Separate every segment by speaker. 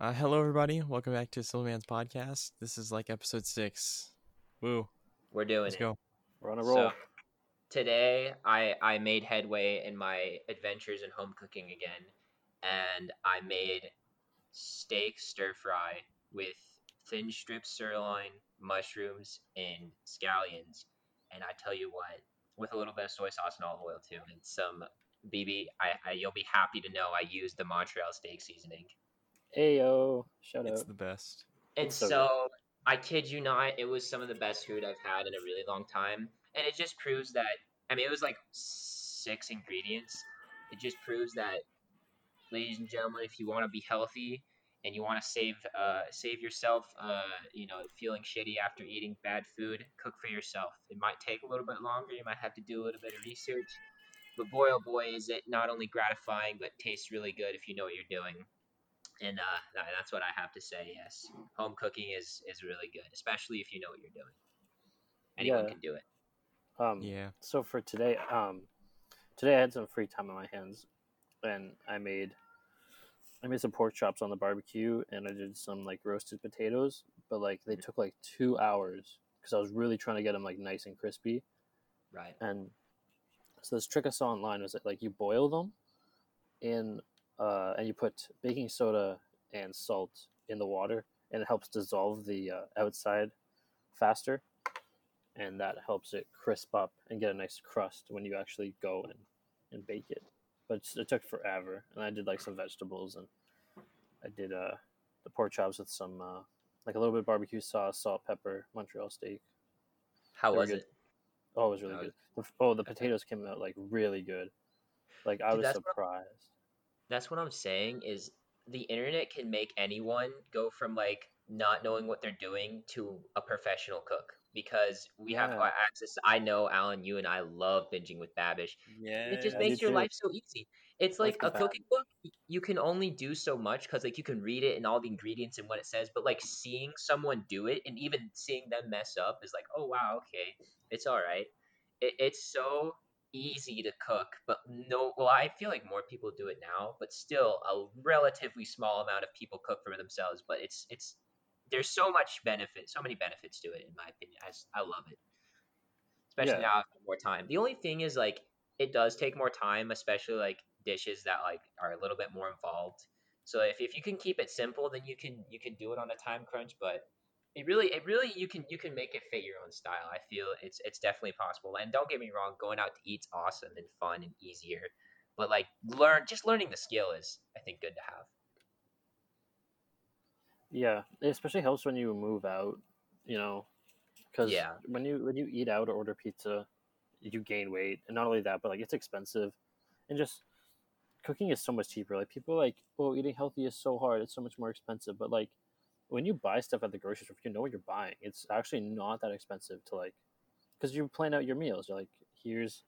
Speaker 1: Uh, hello, everybody. Welcome back to Silverman's podcast. This is like episode six. Woo!
Speaker 2: We're doing
Speaker 1: Let's
Speaker 2: it.
Speaker 1: go.
Speaker 3: We're on a
Speaker 2: So,
Speaker 3: roll.
Speaker 2: today I I made headway in my adventures in home cooking again, and I made steak stir fry with thin strip sirloin, mushrooms, and scallions. And I tell you what, with a little bit of soy sauce and olive oil too, and some BB, I, I you'll be happy to know I used the Montreal steak seasoning.
Speaker 3: Ayo, shut
Speaker 1: It's
Speaker 3: up.
Speaker 1: the best.
Speaker 2: And
Speaker 3: It's so
Speaker 2: so,
Speaker 3: good.
Speaker 2: I kid you not, it was some of the best food I've had in a really long time. And it just proves that I mean it was like six ingredients. It just proves that ladies and gentlemen, if you want to be healthy and you want to save uh, save yourself uh, you know, feeling shitty after eating bad food, cook for yourself. It might take a little bit longer, you might have to do a little bit of research. But boy oh boy is it not only gratifying but tastes really good if you know what you're doing. And uh, tha- that's what I have to say. Yes, home cooking is is really good, especially if you know what you're doing. Anyone
Speaker 3: Yeah.
Speaker 2: can do it.
Speaker 3: Um,
Speaker 1: Yeah.
Speaker 3: So for today, um, today I had some free time on my hands, and I made, I made some pork chops on the barbecue, and I did some like roasted potatoes, but like
Speaker 1: Mm.
Speaker 3: they took like two hours because I was really trying to get them like nice and crispy.
Speaker 2: Right.
Speaker 3: And so this trick I saw online was that like you boil them in uh, and you put baking soda and salt in the water, and it helps dissolve the uh, outside faster, and that helps it crisp up and get a nice crust when you actually go and, and bake it. But it's- it took forever, and I did like some vegetables and I did uh, the pork chops with some uh, like a little bit of barbecue sauce, salt, pepper, Montreal steak.
Speaker 2: How
Speaker 3: They were
Speaker 2: was
Speaker 3: good.
Speaker 2: it?
Speaker 3: Oh, it was really
Speaker 2: That was-
Speaker 3: good. The f- Oh, the potatoes came out like really good. Like I
Speaker 2: Dude,
Speaker 3: was
Speaker 2: that's what-
Speaker 3: surprised.
Speaker 2: That's what I'm saying. Is the internet can make anyone go from like not knowing what they're doing to a professional cook because we have
Speaker 3: Yeah.
Speaker 2: access. I know Alan, you and I love binging with Babish.
Speaker 1: Yeah.
Speaker 2: it just
Speaker 3: I
Speaker 2: makes
Speaker 3: do
Speaker 2: your
Speaker 3: too.
Speaker 2: life so easy. It's like
Speaker 3: Life
Speaker 2: a
Speaker 3: goes fast.
Speaker 2: cooking book. y- You can only do so much because like you can read it and all the ingredients and what it says, but like seeing someone do it and even seeing them mess up is like, oh wow, okay, it's all right. It, it's so easy to cook, but no, well, I feel like more people do it now, but still a relatively small amount of people cook for themselves. But it's it's there's so much benefit, so many benefits to it, in my opinion. I, s- I love it, especially
Speaker 3: Yeah.
Speaker 2: now I have more time. The only thing is like it does take more time, especially like dishes that like are a little bit more involved. So if, if you can keep it simple, then you can you can do it on a time crunch. But it really it really you can you can make it fit your own style. I feel it's it's definitely possible. And don't get me wrong, going out to eat's awesome and fun and easier. But like learn just learning the skill is I think good to have.
Speaker 3: Yeah, it especially helps when you move out. You know, because
Speaker 2: Yeah.
Speaker 3: when you when you eat out or order pizza, you gain weight, and not only that, but like it's expensive, and just cooking is so much cheaper. Like people are like, oh, eating healthy is so hard; it's so much more expensive. But like when you buy stuff at the grocery store, if you know what you're buying, it's actually not that expensive to like, because you plan out your meals. You're like, here's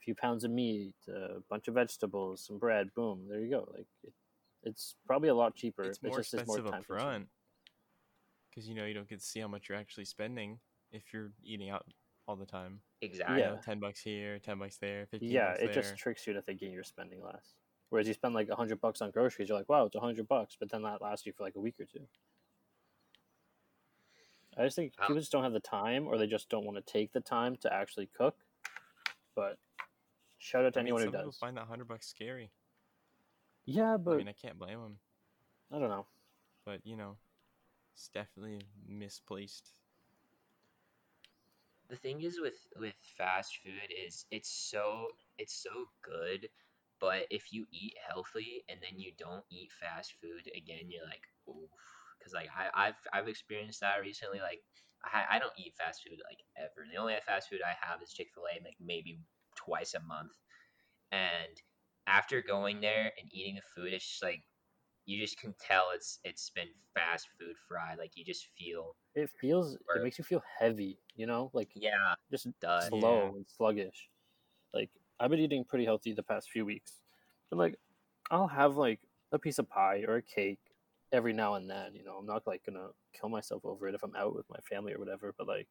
Speaker 3: a few pounds of meat, a bunch of vegetables, some bread. Boom, there you go. Like. It, it's probably a lot cheaper.
Speaker 1: It's more
Speaker 3: just is
Speaker 1: expensive up
Speaker 3: time-consuming.
Speaker 1: front because you know you don't get to see how much you're actually spending if you're eating out all the time.
Speaker 2: Exactly.
Speaker 1: You
Speaker 3: Yeah.
Speaker 1: know, ten bucks here, ten bucks there, fifteen.
Speaker 3: yeah
Speaker 1: bucks
Speaker 3: it
Speaker 1: there.
Speaker 3: just tricks you to thinking you're spending less whereas you spend like 100 bucks on groceries you're like wow it's 100 bucks but then that lasts you for like a week or two i just think
Speaker 2: Um,
Speaker 3: people just don't have the time or they just don't want to take the time to actually cook but shout out to
Speaker 1: I mean,
Speaker 3: anyone
Speaker 1: some
Speaker 3: who
Speaker 1: people
Speaker 3: does
Speaker 1: find that hundred bucks scary.
Speaker 3: yeah
Speaker 1: I
Speaker 3: but
Speaker 1: mean, I can't blame them,
Speaker 3: I don't know
Speaker 1: but you know, it's definitely misplaced.
Speaker 2: the thing is with with fast food is it's so it's so good but if you eat healthy and then you don't eat fast food again you're like oof because like I, i've i've experienced that recently like I, I don't eat fast food like ever the only fast food i have is chick-fil-a like maybe twice a month and after going there and eating the food it's just like you just can tell it's it's been fast food fried like you just feel
Speaker 3: it feels
Speaker 2: Or-
Speaker 3: it makes you feel heavy you know like
Speaker 2: yeah
Speaker 3: just
Speaker 2: duh
Speaker 3: slow
Speaker 1: Yeah.
Speaker 3: and sluggish. Like I've been eating pretty healthy the past few weeks, but like I'll have like a piece of pie or a cake every now and then. You know, I'm not like gonna kill myself over it if I'm out with my family or whatever. But like,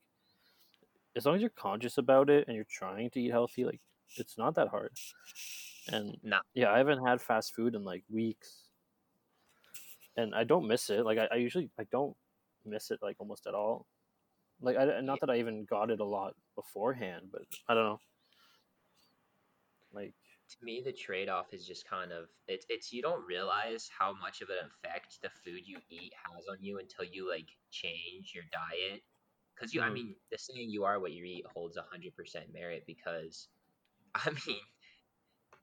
Speaker 3: as long as you're conscious about it and you're trying to eat healthy, like it's not that hard. And
Speaker 2: Nah.
Speaker 3: yeah, I haven't had fast food in like weeks. and I don't miss it. Like I, I usually I don't miss it like almost at all. Like I not that I even got it a lot beforehand, but I don't know. Like
Speaker 2: to me the trade-off is just kind of it's it's you don't realize how much of an effect the food you eat has on you until you like change your diet because you i
Speaker 1: Mm.
Speaker 3: Mhm.
Speaker 2: mean the saying you are what you eat holds 100% merit because i mean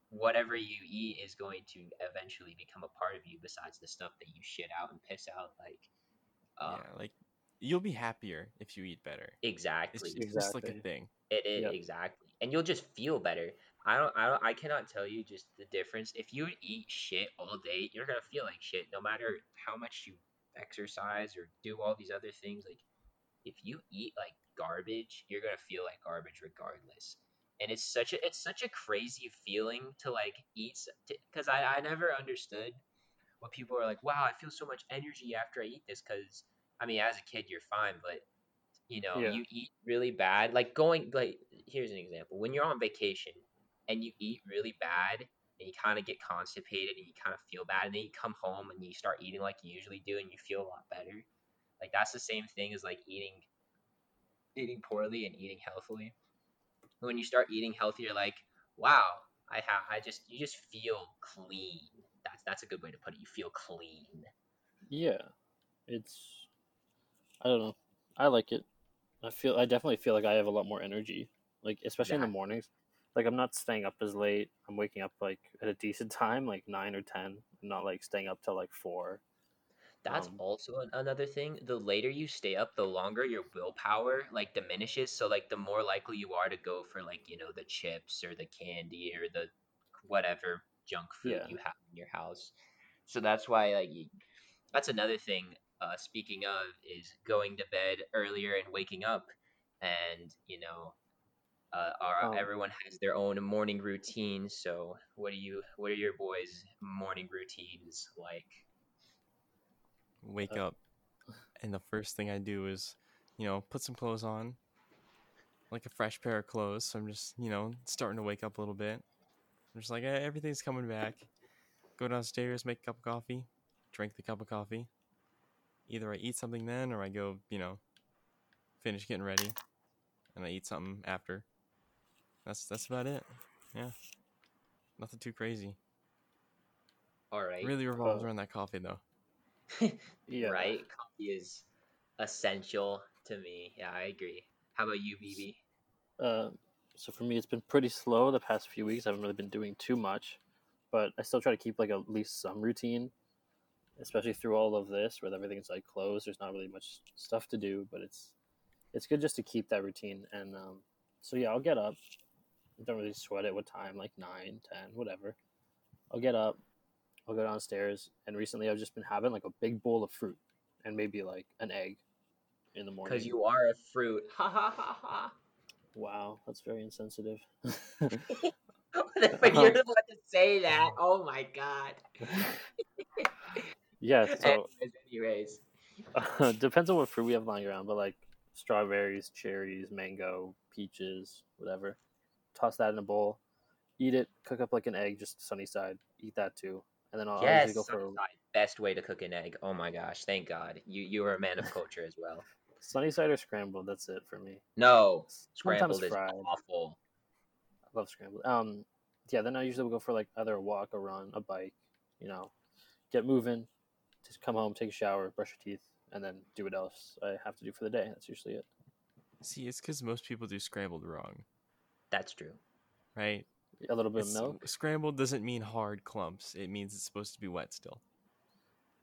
Speaker 2: whatever you eat is going to eventually become a part of you besides the stuff that you shit out and piss out like uh,
Speaker 1: yeah, like you'll be happier if you eat better. It's,
Speaker 2: exactly
Speaker 1: it's just like a
Speaker 3: Exactly.
Speaker 1: thing.
Speaker 2: It is
Speaker 3: Yeah.
Speaker 2: exactly, and you'll just feel better. I don't, I don't, I cannot tell you just the difference. If you eat shit all day, you're gonna feel like shit, no matter how much you exercise or do all these other things. Like, if you eat like garbage, you're gonna feel like garbage regardless. And it's such a, it's such a crazy feeling to like eat, because I, I never understood what people are like. Wow, I feel so much energy after I eat this, because I mean, as a kid, you're fine, but you know,
Speaker 3: Yeah.
Speaker 2: you eat really bad. Like going, like here's an example: when you're on vacation and you eat really bad, and you kind of get constipated, and you kind of feel bad, and then you come home and you start eating like you usually do, and you feel a lot better. Like that's the same thing as like eating, eating poorly and eating healthily. When you start eating healthy, you're like, wow, I have, I just, you just feel clean. That's that's a good way to put it. You feel clean.
Speaker 3: yeah, it's I don't know. I like it. I feel I definitely feel like I have a lot more energy. Like especially in the
Speaker 2: Exactly.
Speaker 3: mornings. Like I'm not staying up as late. I'm waking up like at a decent time, like nine or 10 I'm not like staying up till like four.
Speaker 2: That's
Speaker 3: Um,
Speaker 2: also an- another thing. The later you stay up, the longer your willpower like diminishes. So like the more likely you are to go for like you know the chips or the candy or the whatever junk food
Speaker 3: Yeah.
Speaker 2: you have in your house. So that's why like you, that's another thing. Uh, speaking of is going to bed earlier and waking up, and you know, uh, our,
Speaker 3: Um,
Speaker 2: everyone has their own morning routine. So what do you what are your boys' morning routines like?
Speaker 1: Wake
Speaker 3: Uh,
Speaker 1: up, and the first thing I do is, you know, put some clothes on, like a fresh pair of clothes. So I'm just, you know, starting to wake up a little bit. I'm just like, eh, everything's coming back. Go downstairs, make a cup of coffee, drink the cup of coffee. Either I eat something then, or I go, you know, finish getting ready, and I eat something after. That's that's about it. Yeah, nothing too crazy.
Speaker 2: All right.
Speaker 1: Really revolves
Speaker 3: Uh,
Speaker 1: around that coffee though.
Speaker 3: yeah.
Speaker 2: right? Coffee is essential to me. Yeah, I agree. How about you, BB?
Speaker 3: Uh, so for me, it's been pretty slow the past few weeks. I haven't really been doing too much, but I still try to keep like at least some routine, especially through all of this where everything's like closed. There's not really much stuff to do, but it's it's good just to keep that routine. And um, so yeah, I'll get up. I don't really sweat it. What time? Like nine, ten, whatever. I'll get up. I'll go downstairs. And recently, I've just been having like a big bowl of fruit and maybe like an egg in the morning.
Speaker 2: Because you are a fruit. Ha ha ha ha.
Speaker 3: Wow, that's very insensitive.
Speaker 2: Whenever you're about to say that, oh my god.
Speaker 3: yeah. So.
Speaker 2: anyways, anyways,
Speaker 3: depends on what fruit we have lying around, but like strawberries, cherries, mango, peaches, whatever. Toss that in a bowl, eat it, cook up like an egg, just sunny side, eat that too. And then I'll I'll
Speaker 2: yes,
Speaker 3: usually go for
Speaker 2: Sunnyside, best way to cook an egg. Oh my gosh, thank God. You you are a man of culture as well.
Speaker 3: sunny side or scrambled. That's it for me.
Speaker 2: No,
Speaker 3: Sometimes
Speaker 2: scrambled is
Speaker 3: fried.
Speaker 2: awful.
Speaker 3: I love scrambled. Um, yeah. Then I usually will go for like either a walk, a run, a bike. You know, get moving, just come home, take a shower, brush your teeth, and then do what else I have to do for the day. That's usually it.
Speaker 1: See, it's because most people do scrambled wrong,
Speaker 2: That's true.
Speaker 1: right?
Speaker 3: A little bit of
Speaker 1: It's-
Speaker 3: milk.
Speaker 1: Scrambled doesn't mean hard clumps. It means it's supposed to be wet still.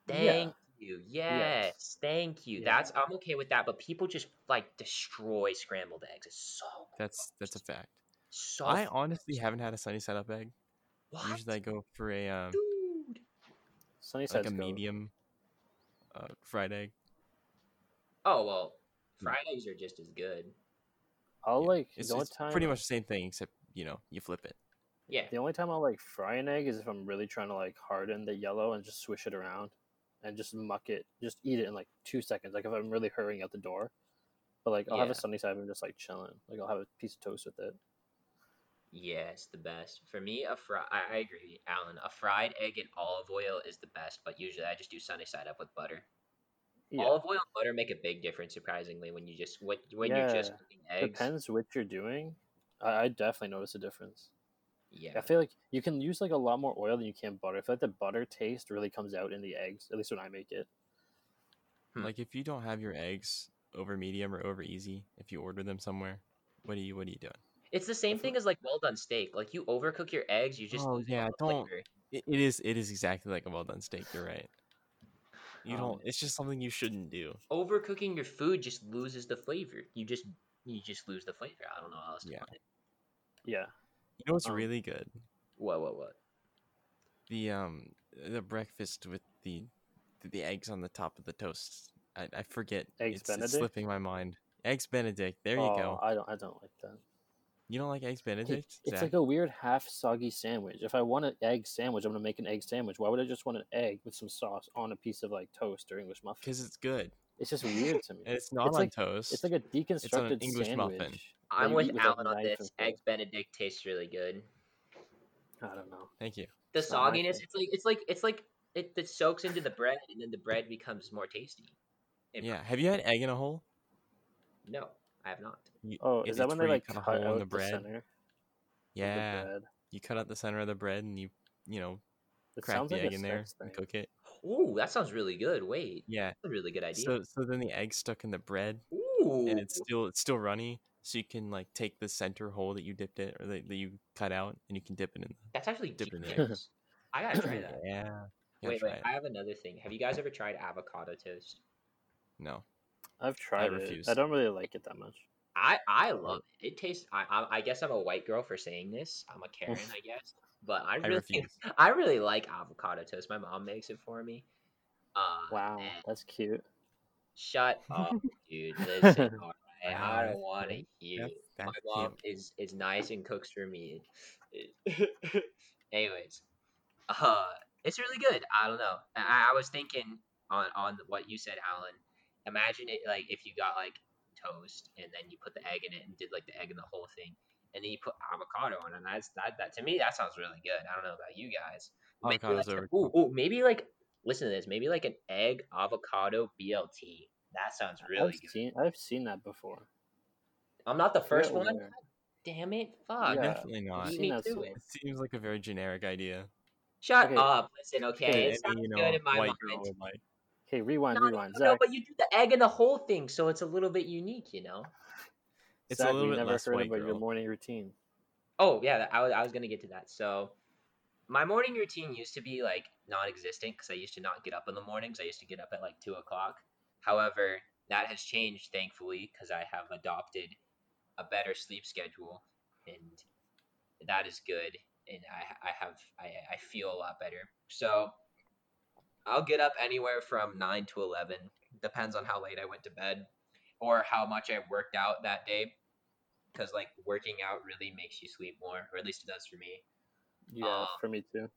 Speaker 2: Thank
Speaker 3: Yeah.
Speaker 2: you. Yes.
Speaker 3: Yes.
Speaker 2: Thank you. That's I'm okay with that, but people just like destroy scrambled eggs. It's so
Speaker 1: That's that's a fact.
Speaker 2: so
Speaker 1: I
Speaker 2: f-
Speaker 1: honestly haven't had a sunny side up egg.
Speaker 2: what?
Speaker 1: Usually I go for a um,
Speaker 2: Dude.
Speaker 3: Sunny
Speaker 1: like
Speaker 3: side's
Speaker 1: a
Speaker 3: go.
Speaker 1: medium uh, fried egg.
Speaker 2: Oh well,
Speaker 1: Hmm.
Speaker 2: fried eggs are just as good.
Speaker 3: I'll
Speaker 1: Yeah.
Speaker 3: like
Speaker 1: it's,
Speaker 3: the only
Speaker 1: it's
Speaker 3: time
Speaker 1: pretty much the same thing except you know you flip it.
Speaker 2: Yeah.
Speaker 3: the only time I'll like fry an egg is if I'm really trying to like harden the yellow and just swish it around and just muck it, just eat it in like two seconds. Like if I'm really hurrying out the door, but like I'll have
Speaker 1: Yeah.
Speaker 3: a sunny side and just like chilling. Like I'll have a piece of toast with it.
Speaker 2: Yeah, it's the best. For me, a fry. I, I agree, Alan. A fried egg and olive oil is the best, but usually I just do sunny side up with butter.
Speaker 3: Yeah.
Speaker 2: Olive oil and butter make a big difference, surprisingly, when you just when, when you're just
Speaker 3: Yeah,
Speaker 2: cooking eggs.
Speaker 3: Depends what you're doing. I, I definitely notice a difference.
Speaker 2: Yeah,
Speaker 3: I feel like you can use like a lot more oil than you can butter. I feel like the butter taste really comes out in the eggs. At least when I make it.
Speaker 2: Hmm.
Speaker 1: Like if you don't have your eggs over medium or over easy, if you order them somewhere, what are you what are you doing?
Speaker 2: it's the same
Speaker 3: That's
Speaker 2: thing
Speaker 3: what-
Speaker 2: as like well done steak. Like you overcook your eggs, you just
Speaker 1: Oh,
Speaker 2: lose all
Speaker 1: yeah,
Speaker 2: the
Speaker 1: don't-
Speaker 2: flavor.
Speaker 1: It, it is it is exactly like a well done steak. You're right. You
Speaker 2: Um,
Speaker 1: don't. It's just something you shouldn't do.
Speaker 2: overcooking your food just loses the flavor. You just you just lose the flavor. I don't know how else to
Speaker 1: Yeah.
Speaker 2: put it.
Speaker 3: Yeah.
Speaker 1: You know what's
Speaker 3: Um,
Speaker 1: really good?
Speaker 2: What what what?
Speaker 1: The um the breakfast with the the eggs on the top of the toast. I, I forget.
Speaker 3: Eggs
Speaker 1: it's, it's
Speaker 3: Benedict?
Speaker 1: slipping my mind. Eggs Benedict. There you
Speaker 3: oh,
Speaker 1: go.
Speaker 3: I don't. I don't like that.
Speaker 1: You don't like eggs Benedict?
Speaker 3: It's
Speaker 1: Zach?
Speaker 3: like a weird half soggy sandwich. If I want an egg sandwich, I'm gonna make an egg sandwich. Why would I just want an egg with some sauce on a piece of like toast or English muffin?
Speaker 1: Because it's good.
Speaker 3: It's just weird to me.
Speaker 1: And it's not
Speaker 3: It's
Speaker 1: on
Speaker 3: like-
Speaker 1: toast.
Speaker 3: It's like a deconstructed
Speaker 1: English
Speaker 3: sandwich.
Speaker 1: muffin.
Speaker 3: that
Speaker 2: I'm
Speaker 3: you
Speaker 2: with
Speaker 3: eat a
Speaker 2: Alan on
Speaker 3: knife
Speaker 2: this.
Speaker 3: and fork.
Speaker 2: Eggs Benedict tastes really good.
Speaker 3: I don't know.
Speaker 1: Thank you.
Speaker 2: The
Speaker 3: It's not my
Speaker 2: sogginess,
Speaker 3: thing.
Speaker 2: it's like it's like it's like it, it soaks into the bread and then the bread becomes more tasty. It-
Speaker 1: Yeah. Have you had egg in a hole?
Speaker 2: No, I have not.
Speaker 1: You-
Speaker 3: Oh,
Speaker 1: it-
Speaker 3: is that
Speaker 1: it's
Speaker 3: when
Speaker 1: where
Speaker 3: they
Speaker 1: you
Speaker 3: like
Speaker 1: cut
Speaker 3: cut,
Speaker 1: a hole in
Speaker 3: out
Speaker 1: the bread?
Speaker 3: center? of the
Speaker 1: Yeah.
Speaker 3: bread?
Speaker 1: You cut out the center of the bread and you you know
Speaker 3: It
Speaker 1: crack
Speaker 3: sounds
Speaker 1: the
Speaker 3: like
Speaker 1: egg
Speaker 3: a
Speaker 1: in there
Speaker 3: sex
Speaker 1: and
Speaker 3: thing.
Speaker 1: cook it.
Speaker 2: Ooh, that sounds really good. Wait,
Speaker 1: Yeah.
Speaker 2: that's a really good idea.
Speaker 1: So so then the egg's stuck in the bread
Speaker 2: Ooh,
Speaker 1: and it's still it's still runny. So you can like take the center hole that you dipped it or that, that you cut out and you can dip it in.
Speaker 2: that's actually
Speaker 1: dip in the
Speaker 2: genius. I gotta try
Speaker 1: The,
Speaker 2: that.
Speaker 1: yeah. you gotta
Speaker 2: wait,
Speaker 1: try
Speaker 2: wait,
Speaker 1: it.
Speaker 2: I have another thing. Have you guys ever tried avocado toast?
Speaker 1: No.
Speaker 3: I've tried
Speaker 1: refuse.
Speaker 3: it. I don't really like it that much.
Speaker 2: I I love it. It tastes. I I, I guess I'm a white girl for saying this. I'm a Karen, I guess. But I
Speaker 1: I
Speaker 2: really
Speaker 1: refuse.
Speaker 2: I really like avocado toast. My mom makes it for me. Uh,
Speaker 3: Wow,
Speaker 2: and-
Speaker 3: that's cute.
Speaker 2: Shut up, dude. Listen, all right,
Speaker 1: Wow,
Speaker 2: I
Speaker 1: that's
Speaker 2: don't want to
Speaker 1: great.
Speaker 2: hear.
Speaker 1: That's,
Speaker 2: it.
Speaker 1: that's
Speaker 2: My mom
Speaker 1: cute.
Speaker 2: is is nice and cooks for me. Anyways, uh, it's really good. I don't know. I, I was thinking on on what you said, Alan. Imagine it like if you got like toast and then you put the egg in it and did like the egg in the whole thing, and then you put avocado on, it, and that's that. That to me, that sounds really good. I don't know about you guys. Maybe
Speaker 1: Avocado's
Speaker 2: like some-
Speaker 1: over-
Speaker 2: ooh, ooh, maybe like listen to this. Maybe like an egg avocado BLT. That sounds really
Speaker 3: I've
Speaker 2: good.
Speaker 3: seen I've seen that before.
Speaker 2: I'm not the
Speaker 3: I forget
Speaker 2: first one.
Speaker 3: where.
Speaker 2: Damn it! Fuck.
Speaker 3: Yeah,
Speaker 1: Definitely
Speaker 3: I've
Speaker 1: not.
Speaker 2: beat
Speaker 1: It
Speaker 3: seen
Speaker 2: me
Speaker 3: that
Speaker 2: to
Speaker 3: somewhere.
Speaker 2: it.
Speaker 1: seems like a very generic idea.
Speaker 2: Shut
Speaker 3: Okay.
Speaker 2: up. Listen, okay.
Speaker 3: Okay,
Speaker 2: it
Speaker 1: Any,
Speaker 2: sounds
Speaker 1: you know,
Speaker 2: good in my
Speaker 1: white
Speaker 2: mind.
Speaker 1: girl would like.
Speaker 3: Okay, rewind,
Speaker 2: No, no,
Speaker 3: rewind.
Speaker 2: no, no,
Speaker 3: Zach,
Speaker 2: but you do the egg and the whole thing, so it's a little bit unique, you know.
Speaker 1: It's
Speaker 3: Zach,
Speaker 1: a little
Speaker 3: we
Speaker 1: bit
Speaker 3: never
Speaker 1: less
Speaker 3: heard
Speaker 1: white
Speaker 3: about your
Speaker 1: girl.
Speaker 3: morning routine.
Speaker 2: Oh yeah, that- I was I was gonna get to that. So, my morning routine used to be like non-existent because I used to not get up in the mornings. I used to get up at like two o'clock. However, that has changed thankfully because I have adopted a better sleep schedule, and that is good. And I I have I I feel a lot better. So, I'll get up anywhere from nine to eleven. Depends on how late I went to bed or how much I worked out that day. Because like working out really makes you sleep more, or at least it does for me
Speaker 3: Yeah,
Speaker 2: Uh,
Speaker 3: for me too.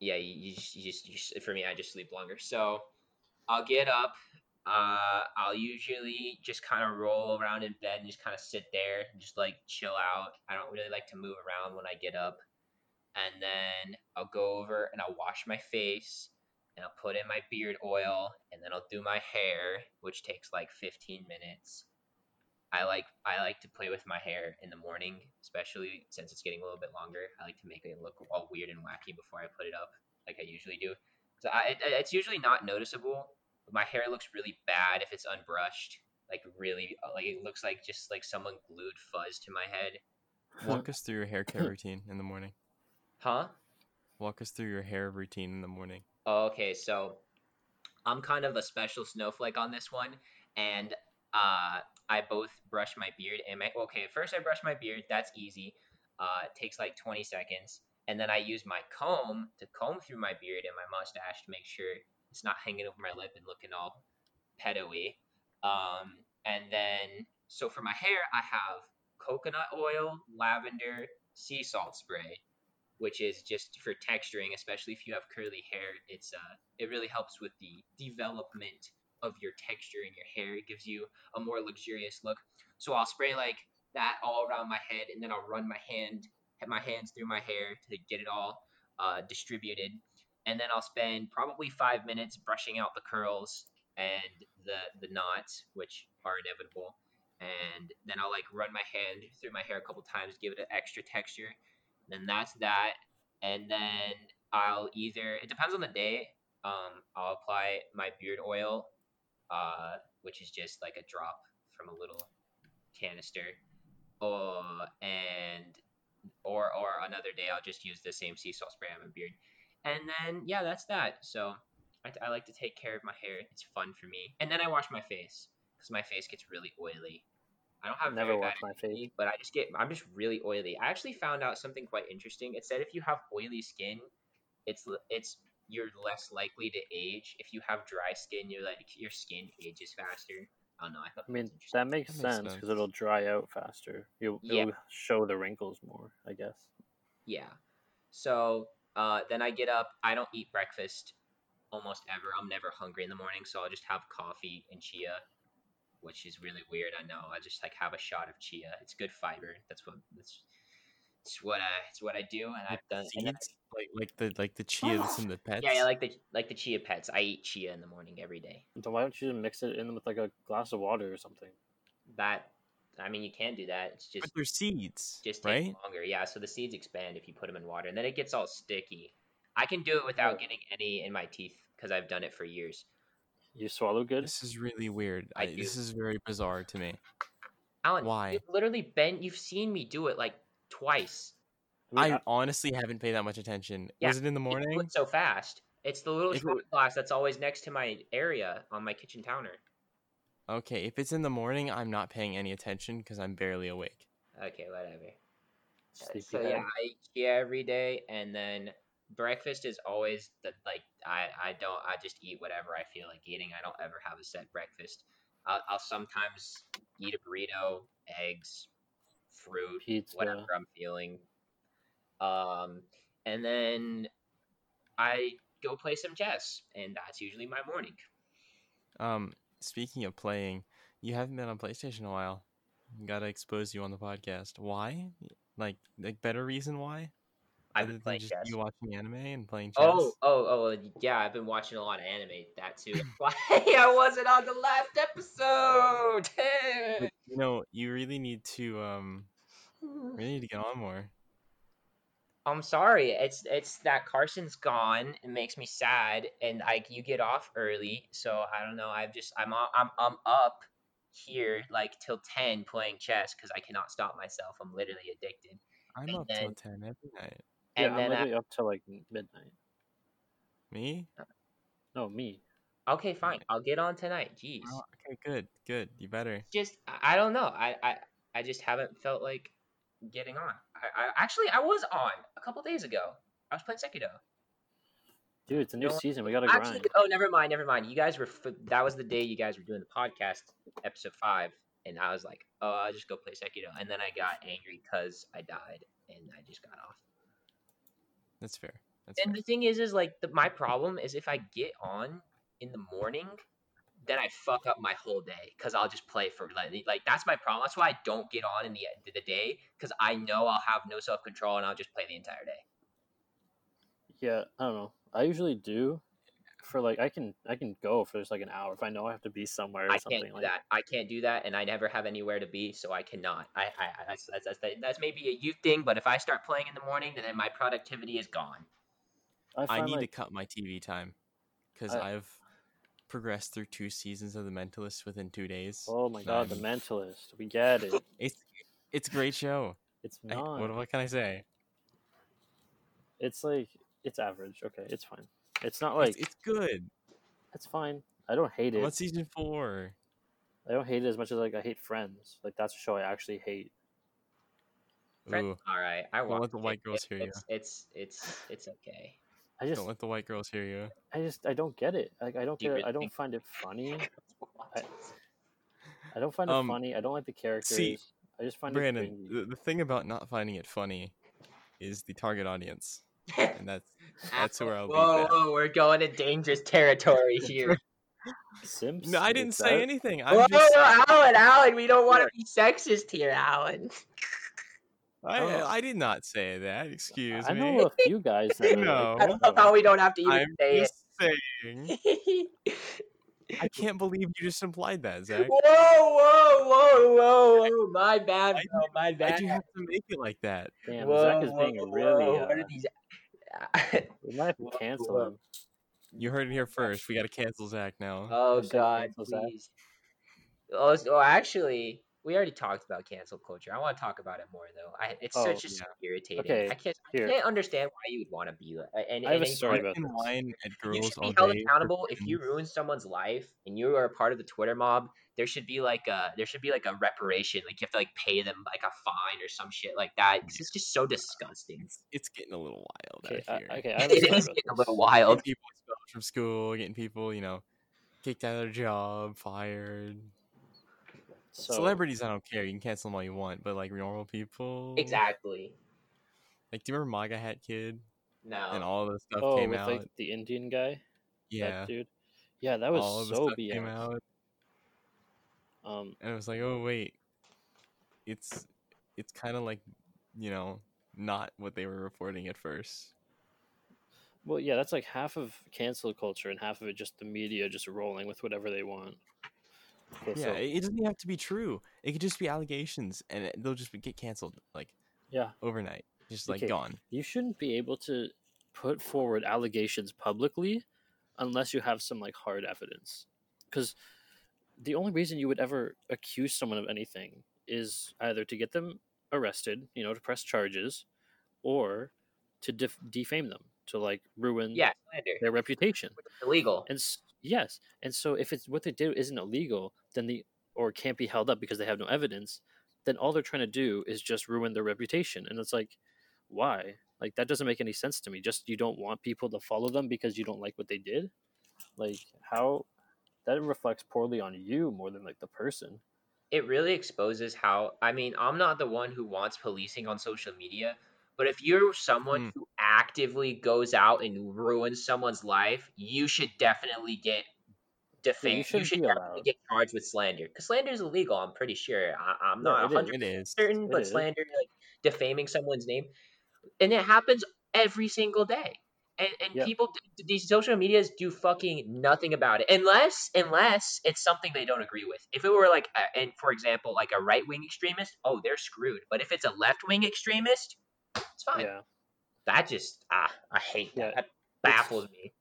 Speaker 2: yeah, you, you just, you just, you just, for me, I just sleep longer. So I'll get up. Uh, I'll usually just kind of roll around in bed and just kind of sit there and just like chill out. I don't really like to move around when I get up. And then I'll go over and I'll wash my face and I'll put in my beard oil and then I'll do my hair, which takes like 15 minutes. I like I like to play with my hair in the morning, especially since it's getting a little bit longer. I like to make it look all weird and wacky before I put it up, like I usually do. So I, it, it's usually not noticeable. But my hair looks really bad if it's unbrushed, like really, uh, like it looks like just like someone glued fuzz to my head.
Speaker 1: Walk us through your hair care routine in the morning.
Speaker 2: Huh?
Speaker 1: Walk us through your hair routine in the morning.
Speaker 2: Oh, Okay, so I'm kind of a special snowflake on this one, and uh, I both brush my beard and my okay. First, I brush my beard. That's easy. Uh, it takes like 20 seconds, and then I use my comb to comb through my beard and my mustache to make sure it's not hanging over my lip and looking all pedo-y. Um, and then so for my hair, I have coconut oil, lavender, sea salt spray which is just for texturing, especially if you have curly hair. It's uh, it really helps with the development of your texture in your hair. It gives you a more luxurious look. So I'll spray like that all around my head, and then I'll run my hand at my hands through my hair to get it all uh, distributed, and then I'll spend probably five minutes brushing out the curls and the the knots, which are inevitable. And then I'll like run my hand through my hair a couple times, give it an extra texture. Then that's that, and then I'll either it depends on the day. Um, I'll apply my beard oil, uh, which is just like a drop from a little canister, uh, and or or another day I'll just use the same sea salt spray on my beard, and then yeah, that's that. So I, I like to take care of my hair; it's fun for me. And then I wash my face because my face gets really oily. I don't have
Speaker 3: Never
Speaker 2: very
Speaker 3: wash
Speaker 2: bad
Speaker 3: my
Speaker 2: acne,
Speaker 3: face.
Speaker 2: but I just get I'm just really oily. I actually found out something quite interesting. It said if you have oily skin, it's l- it's you're less likely to age. If you have dry skin, you're like your skin ages faster. I don't know. I thought that
Speaker 3: I
Speaker 2: was
Speaker 3: mean,
Speaker 2: interesting.
Speaker 3: that makes
Speaker 1: That makes
Speaker 3: sense sense because
Speaker 1: sense.
Speaker 3: it'll dry out faster. You
Speaker 2: Yeah.
Speaker 3: it'll show the wrinkles more, I guess.
Speaker 2: Yeah. So uh, then I get up. I don't eat breakfast almost ever. I'm never hungry in the morning, so I'll just have coffee and chia, which is really weird. I know. I just like have a shot of chia. It's good fiber. That's what that's. It's what I. It's what I do, and I've done. and then-
Speaker 1: Seeds? Like like the like the chia that's in the pets.
Speaker 2: yeah, yeah, like the like the chia pets. I eat chia in the morning every day.
Speaker 3: Then why don't you mix it in with like a glass of water or something?
Speaker 2: That, I mean, you can do that. It's
Speaker 1: but
Speaker 2: just
Speaker 1: they're seeds,
Speaker 2: just takes
Speaker 1: right?
Speaker 2: longer. Yeah, so the seeds expand if you put them in water, and then it gets all sticky. I can do it without
Speaker 3: Right.
Speaker 2: getting any in my teeth because I've done it for years.
Speaker 3: You swallow good.
Speaker 1: This is really weird.
Speaker 2: I
Speaker 1: I, this
Speaker 2: do.
Speaker 1: is very bizarre to me.
Speaker 2: Alan,
Speaker 1: Why?
Speaker 2: You've literally been. You've seen me do it like twice.
Speaker 3: mean,
Speaker 1: I honestly haven't paid that much attention.
Speaker 2: Yeah,
Speaker 1: Was it in the
Speaker 2: You do
Speaker 1: morning?
Speaker 2: it so fast. It's the little
Speaker 1: If it-
Speaker 2: shot glass that's always next to my area on my kitchen counter.
Speaker 1: Okay, if it's in the morning, I'm not paying any attention because I'm barely awake.
Speaker 2: Okay, whatever. Uh,
Speaker 3: sleepy
Speaker 2: So yeah,
Speaker 3: head.
Speaker 2: I eat chia every day, and then breakfast is always the like I I don't I just eat whatever I feel like eating. I don't ever have a set breakfast. I'll, I'll sometimes eat a burrito, eggs, fruit,
Speaker 3: Pizza.
Speaker 2: whatever I'm feeling. Um, and then I go play some chess, and that's usually my morning.
Speaker 1: Um, speaking of playing, you haven't been on PlayStation in a while. Gotta expose you on the podcast. Why? Like, like better reason why?
Speaker 2: I've
Speaker 1: Other
Speaker 2: been
Speaker 1: than
Speaker 2: playing
Speaker 1: just
Speaker 2: chess.
Speaker 1: you watching anime and playing chess.
Speaker 2: Oh, oh, oh, uh, yeah, I've been watching a lot of anime, that too. That's Why I wasn't on the last episode!
Speaker 1: you know, you really need to um, really need to get on more.
Speaker 2: I'm sorry, it's it's that Carson's gone, it makes me sad, and like you get off early, so I don't know, I've just, I'm, on- I'm, I'm up here like till 10 playing chess because I cannot stop myself, I'm literally addicted.
Speaker 1: I'm
Speaker 2: And
Speaker 1: up till
Speaker 2: then-
Speaker 1: ten every night.
Speaker 3: yeah,
Speaker 2: And
Speaker 3: I'm
Speaker 2: then uh, I-
Speaker 3: literally up till like m- midnight.
Speaker 1: Me?
Speaker 3: No, me.
Speaker 2: Okay, fine. I'll get on tonight. Jeez.
Speaker 1: Oh, okay, good, good. You better.
Speaker 2: Just I I don't know. I I, I just haven't felt like getting on. I, I actually I was on a couple days ago. I was playing Sekiro.
Speaker 3: Dude, it's a new
Speaker 2: No,
Speaker 3: season. We gotta
Speaker 2: Actually,
Speaker 3: grind.
Speaker 2: oh, never mind, never mind. You guys were f- that was the day you guys were doing the podcast episode five, and I was like, oh, I'll just go play Sekiro, and then I got angry because I died, and I just got off.
Speaker 1: That's fair. That's
Speaker 2: And
Speaker 1: fair.
Speaker 2: the thing is, is like the, my problem is if I get on in the morning, then I fuck up my whole day because I'll just play for like, like that's my problem. That's why I don't get on in the end of the day because I know I'll have no self control and I'll just play the entire day.
Speaker 3: Yeah, I don't know. I usually do for like I can I can go for just like an hour if I know I have to be somewhere or
Speaker 2: I
Speaker 3: something
Speaker 2: can't do
Speaker 3: like
Speaker 2: that. I can't do that, and I never have anywhere to be, so I cannot. I, I I- that's that's that's, that's maybe a youth thing, but if I start playing in the morning, then my productivity is gone.
Speaker 1: I
Speaker 3: find,
Speaker 1: need
Speaker 3: like-
Speaker 1: to cut my TV time because
Speaker 3: I-
Speaker 1: I've progressed through two seasons of The Mentalist within two days.
Speaker 3: Oh my god, The
Speaker 1: I'm-
Speaker 3: Mentalist. We get it.
Speaker 1: It's it's a great show.
Speaker 3: It's
Speaker 1: I-
Speaker 3: not.
Speaker 1: what, what can I say?
Speaker 3: It's like it's average. Okay, it's fine. It's not
Speaker 1: It's-
Speaker 3: like
Speaker 1: it's, good.
Speaker 3: it's fine. I don't hate it.
Speaker 1: What's season four?
Speaker 3: I don't hate it as much as like I hate Friends. Like that's a show I actually hate.
Speaker 2: Friends-
Speaker 1: Ooh,
Speaker 2: All right, I
Speaker 1: don't
Speaker 2: watched
Speaker 1: let the
Speaker 2: it.
Speaker 1: white girls
Speaker 2: It-
Speaker 1: hear you.
Speaker 2: It's it's it's it's okay.
Speaker 3: I just
Speaker 1: Don't let the white girls hear you.
Speaker 3: I just I don't get it. Like I don't
Speaker 2: Do you
Speaker 3: get it.
Speaker 2: really
Speaker 3: I don't
Speaker 2: think-
Speaker 3: find it funny.
Speaker 2: Watch it.
Speaker 3: I don't find it
Speaker 1: Um,
Speaker 3: funny. I don't like the characters. I just find it
Speaker 1: Brandon,
Speaker 3: cringy.
Speaker 1: the, the thing about not finding it funny is the target audience, and that's that's where I'll leave
Speaker 2: Whoa,
Speaker 1: it.
Speaker 2: whoa, we're going to dangerous territory here.
Speaker 3: Sims.
Speaker 1: uh, No, I
Speaker 3: Is
Speaker 1: didn't say
Speaker 3: that-
Speaker 1: anything.
Speaker 2: whoa,
Speaker 1: I'm just
Speaker 2: whoa, Alan, Alan, we don't want to be sexist here, Alan.
Speaker 1: I,
Speaker 3: Oh.
Speaker 1: I did not say that. Excuse
Speaker 3: I
Speaker 1: me.
Speaker 3: know a few guys that are
Speaker 1: No.
Speaker 3: like,
Speaker 2: That's how we don't have to even
Speaker 1: Oh. I'm
Speaker 2: say
Speaker 1: just saying.
Speaker 2: it.
Speaker 1: I can't believe you just implied that, Zach.
Speaker 2: Whoa, whoa, whoa, whoa, whoa! My bad,
Speaker 1: I
Speaker 2: bro. My
Speaker 1: Why'd
Speaker 2: bad.
Speaker 1: you have to make it like that?
Speaker 3: damn, Zach is being
Speaker 2: whoa,
Speaker 3: really.
Speaker 2: whoa,
Speaker 3: Uh,
Speaker 2: what are these?
Speaker 3: we might have
Speaker 2: Whoa,
Speaker 3: to cancel
Speaker 2: whoa.
Speaker 3: him.
Speaker 1: You heard it here first. We got to cancel Zach now.
Speaker 2: oh
Speaker 3: Hashtag
Speaker 2: God,
Speaker 3: cancel Zach.
Speaker 2: please. Oh, s- oh, actually, we already talked about cancel culture. I want to talk about it more though. I, it's
Speaker 3: Oh,
Speaker 2: such just so irritating.
Speaker 3: Okay,
Speaker 2: I can't.
Speaker 3: here.
Speaker 2: I can't understand why you would want to be uh, like. And,
Speaker 3: I have a
Speaker 2: and-
Speaker 3: story about
Speaker 1: can
Speaker 3: this.
Speaker 1: whine at
Speaker 2: you
Speaker 1: girls
Speaker 2: should
Speaker 1: all
Speaker 2: be held
Speaker 1: day for
Speaker 2: accountable if you
Speaker 1: things.
Speaker 2: ruin someone's life and you are a part of the Twitter mob. There should be like a there should be like a reparation. Like you have to like pay them like a fine or some shit like that. 'cause it's just so disgusting.
Speaker 1: It's, it's getting a little wild
Speaker 3: Okay,
Speaker 1: out
Speaker 3: I,
Speaker 1: here.
Speaker 3: okay, I have a
Speaker 2: It
Speaker 3: story
Speaker 2: is
Speaker 3: about
Speaker 2: getting a
Speaker 3: this.
Speaker 2: little wild.
Speaker 1: Getting people expelled from school, getting people, you know, kicked out of their job, fired.
Speaker 3: So,
Speaker 1: Celebrities, I don't care. You can cancel them all you want, but like normal people,
Speaker 2: Exactly.
Speaker 1: Like, do you remember MAGA Hat Kid and
Speaker 2: No.
Speaker 1: all this stuff
Speaker 3: Oh,
Speaker 1: came
Speaker 3: with
Speaker 1: out?
Speaker 3: like the Indian guy,
Speaker 1: yeah,
Speaker 3: that dude. Yeah, that was
Speaker 1: all of this
Speaker 3: so
Speaker 1: stuff came
Speaker 3: BS.
Speaker 1: out,
Speaker 3: Um,
Speaker 1: and it was like, oh wait, it's it's kind of like, you know, not what they were reporting at first.
Speaker 3: well, yeah, that's like half of cancel culture and half of it just the media just rolling with whatever they want. Okay,
Speaker 1: Yeah,
Speaker 3: Oh, so-
Speaker 1: it it doesn't even have to be true. It could just be allegations, and it- they'll just be- get canceled like
Speaker 3: yeah.
Speaker 1: overnight, just like
Speaker 3: Okay.
Speaker 1: gone.
Speaker 3: You shouldn't be able to put forward allegations publicly unless you have some like hard evidence. Because the only reason you would ever accuse someone of anything is either to get them arrested, you know, to press charges, or to def- defame them, to like ruin
Speaker 2: Yeah, slander.
Speaker 3: their reputation.
Speaker 2: Which is Illegal.
Speaker 3: And s- yes, and so if it's what they do isn't illegal, then the or can't be held up because they have no evidence, then all they're trying to do is just ruin their reputation. And it's like, why? Like that doesn't make any sense to me. Just you don't want people to follow them because you don't like what they did. Like how that reflects poorly on you more than like the person.
Speaker 2: it really exposes how I mean, I'm not the one who wants policing on social media, but if you're someone
Speaker 1: Mm.
Speaker 3: Hmm.
Speaker 2: who actively goes out and ruins someone's life, you should definitely get defamed. you,
Speaker 3: shouldn't
Speaker 2: should
Speaker 3: be
Speaker 2: definitely
Speaker 3: allowed.
Speaker 2: get charged with slander because slander is illegal. I'm pretty sure. I, I'm
Speaker 3: No,
Speaker 2: not
Speaker 3: it is.
Speaker 2: 100
Speaker 1: It is.
Speaker 2: certain,
Speaker 3: It
Speaker 2: but
Speaker 3: is.
Speaker 2: slander, like defaming someone's name, and it happens every single day. And and
Speaker 3: Yeah.
Speaker 2: people, these social medias do fucking nothing about it, unless unless it's something they don't agree with. If it were like, a, and for example, like a right wing extremist, oh, they're screwed. But if it's a left wing extremist, it's fine.
Speaker 3: Yeah.
Speaker 2: That just ah, I hate
Speaker 3: Yeah,
Speaker 2: that. That baffles me.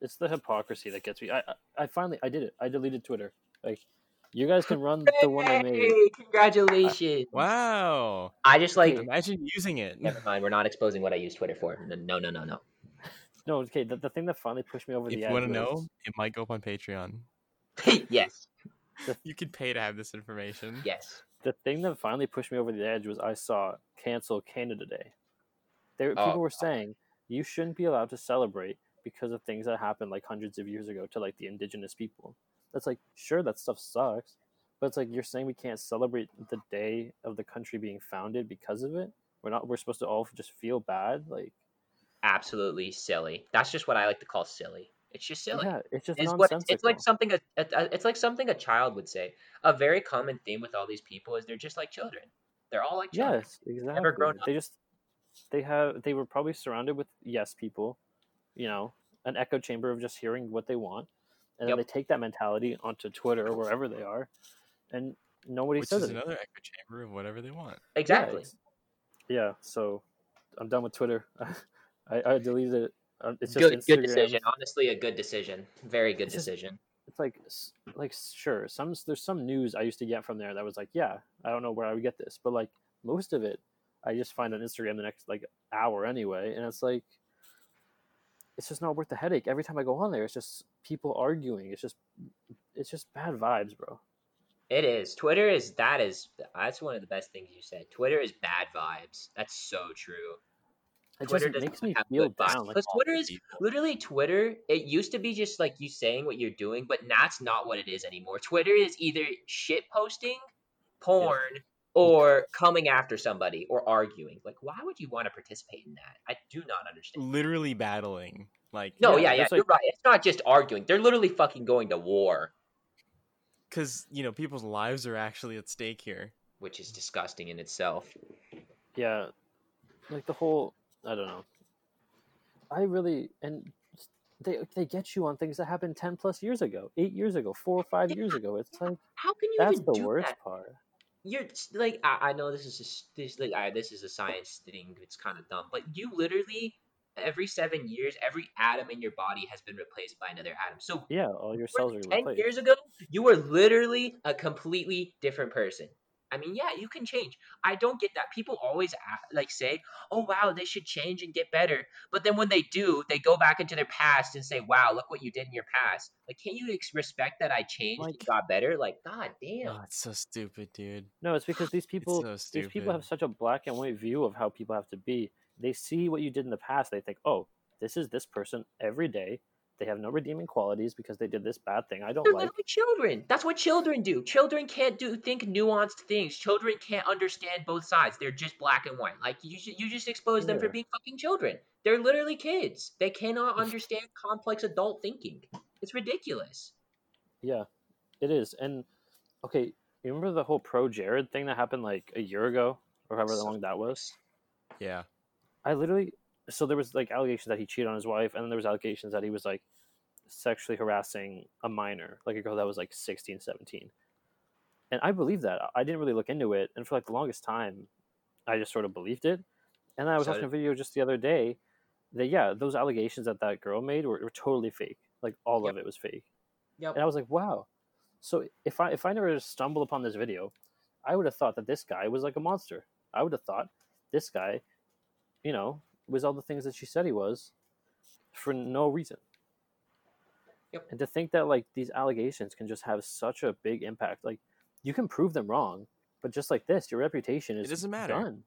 Speaker 3: It's the hypocrisy that gets me. I I- I finally I did it. I deleted Twitter. Like you guys can run the one I made.
Speaker 2: Hey, congratulations!
Speaker 1: Wow!
Speaker 2: I just like.
Speaker 1: Imagine using it.
Speaker 2: Never mind. We're not exposing what I use Twitter for. No, no, no, no.
Speaker 3: No, okay. The, the thing that finally pushed me over
Speaker 1: If
Speaker 3: the
Speaker 1: you
Speaker 3: edge.
Speaker 1: want to
Speaker 3: was-
Speaker 1: know, it might go up on Patreon.
Speaker 2: yes,
Speaker 1: You could pay to have this information.
Speaker 2: yes.
Speaker 3: the thing that finally pushed me over the edge was I saw cancel Canada Day. There,
Speaker 2: Oh,
Speaker 3: people were saying you shouldn't be allowed to celebrate because of things that happened like hundreds of years ago to like the indigenous people. That's like sure that stuff sucks, but it's like you're saying we can't celebrate the day of the country being founded because of it. We're not. We're supposed to all just feel bad. Like
Speaker 2: absolutely silly. That's just what I like to call silly. It's just silly.
Speaker 3: yeah, it's just
Speaker 2: It's, what,
Speaker 3: nonsensical.
Speaker 2: it's like something a, a, a- it's like something a child would say. A very common theme with all these people is they're just like children. They're all like children.
Speaker 3: Yes, exactly.
Speaker 2: grown up.
Speaker 3: They just they have they were probably surrounded with yes people, you know, an echo chamber of just hearing what they want, and then
Speaker 2: Yep.
Speaker 3: they take that mentality onto Twitter or wherever they are, and nobody
Speaker 1: Which
Speaker 3: says
Speaker 1: is
Speaker 3: anything.
Speaker 1: another echo chamber of whatever they want.
Speaker 3: Yeah,
Speaker 2: Exactly.
Speaker 3: it's- yeah, so I'm done with Twitter. I, I deleted it. Um, It's just
Speaker 2: good,
Speaker 3: Instagram.
Speaker 2: good decision. Honestly, a good decision. Very good
Speaker 3: It's just-
Speaker 2: decision.
Speaker 3: It's like s- like sure, some there's some news I used to get from there that was like, yeah, I don't know where I would get this, but like most of it I just find on Instagram the next like hour anyway, and it's like it's just not worth the headache. Every time I go on there, it's just people arguing. It's just it's just bad vibes, bro.
Speaker 2: It is. Twitter is that is that's one of the best things you said. Twitter is bad vibes. That's so true.
Speaker 3: It
Speaker 2: Twitter
Speaker 3: just
Speaker 2: doesn't
Speaker 3: makes me
Speaker 2: have
Speaker 3: feel
Speaker 2: good vibes.
Speaker 3: down. Like
Speaker 2: Because
Speaker 3: all
Speaker 2: Twitter
Speaker 3: the
Speaker 2: is
Speaker 3: people.
Speaker 2: literally Twitter. It used to be just like you saying what you're doing, but that's not what it is anymore. Twitter is either shit posting, porn, or coming after somebody or arguing. Like, why would you want to participate in that? I do not understand.
Speaker 1: Literally battling. Like,
Speaker 2: No,
Speaker 3: Yeah,
Speaker 2: yeah, yeah,
Speaker 3: that's
Speaker 2: you're
Speaker 3: like-
Speaker 2: right. It's not just arguing. They're literally fucking going to war,
Speaker 1: because you know people's lives are actually at stake here.
Speaker 2: which is disgusting in itself.
Speaker 3: yeah, like the whole I don't know. I really and they they get you on things that happened ten plus years ago, eight years ago, four or five years ago. It's like
Speaker 2: How can you
Speaker 3: that's
Speaker 2: even
Speaker 3: the
Speaker 2: do
Speaker 3: worst
Speaker 2: that?
Speaker 3: part.
Speaker 2: You're just, like I, I know this is just, this like I, this is a science thing. It's kind of dumb, but you literally every seven years, every atom in your body has been replaced by another atom. So
Speaker 3: Yeah, all your
Speaker 2: more
Speaker 3: cells are
Speaker 2: than ten
Speaker 3: replaced.
Speaker 2: years ago, you were literally a completely different person. I mean, yeah, you can change. I don't get that. People always a- like say, "Oh wow, they should change and get better," but then when they do, they go back into their past and say, "Wow, look what you did in your past." Like, can you ex- respect that I changed and
Speaker 3: Like-
Speaker 2: got better? Like, god damn.
Speaker 1: Oh, it's so stupid, dude.
Speaker 3: No, it's because these people
Speaker 1: so
Speaker 3: these people
Speaker 1: stupid.
Speaker 3: have such a black and white view of how people have to be. They see what you did in the past. They think, oh, this is this person every day. They have no redeeming qualities because they did this bad thing I don't
Speaker 2: They're
Speaker 3: like.
Speaker 2: little children. That's what children do. Children can't do think nuanced things. Children can't understand both sides. They're just black and white. Like you, ju- you just expose them for
Speaker 3: Yeah.
Speaker 2: being fucking children. They're literally kids. They cannot understand complex adult thinking. It's ridiculous.
Speaker 3: Yeah, it is. And okay, you remember the whole pro Jared thing that happened like a year ago or however
Speaker 2: So-
Speaker 3: long that was?
Speaker 1: Yeah.
Speaker 3: I literally so there was like allegations that he cheated on his wife, and then there was allegations that he was like sexually harassing a minor, like a girl that was like 16, 17. And I believe that. I- I didn't really look into it, and for like the longest time, I just sort of believed it. And I was
Speaker 2: So-
Speaker 3: watching a video just the other day that yeah, those allegations that that girl made were, were totally fake. Like all of it was fake.
Speaker 2: Yep.
Speaker 3: And I was like, wow. So if I if I never stumbled upon this video, I would have thought that this guy was like a monster. I would have thought this guy, you know, was all the things that she said he was for no reason.
Speaker 2: Yep.
Speaker 3: And to think that like these allegations can just have such a big impact. Like you can prove them wrong, but just like this, your reputation is
Speaker 1: doesn't matter.
Speaker 3: done.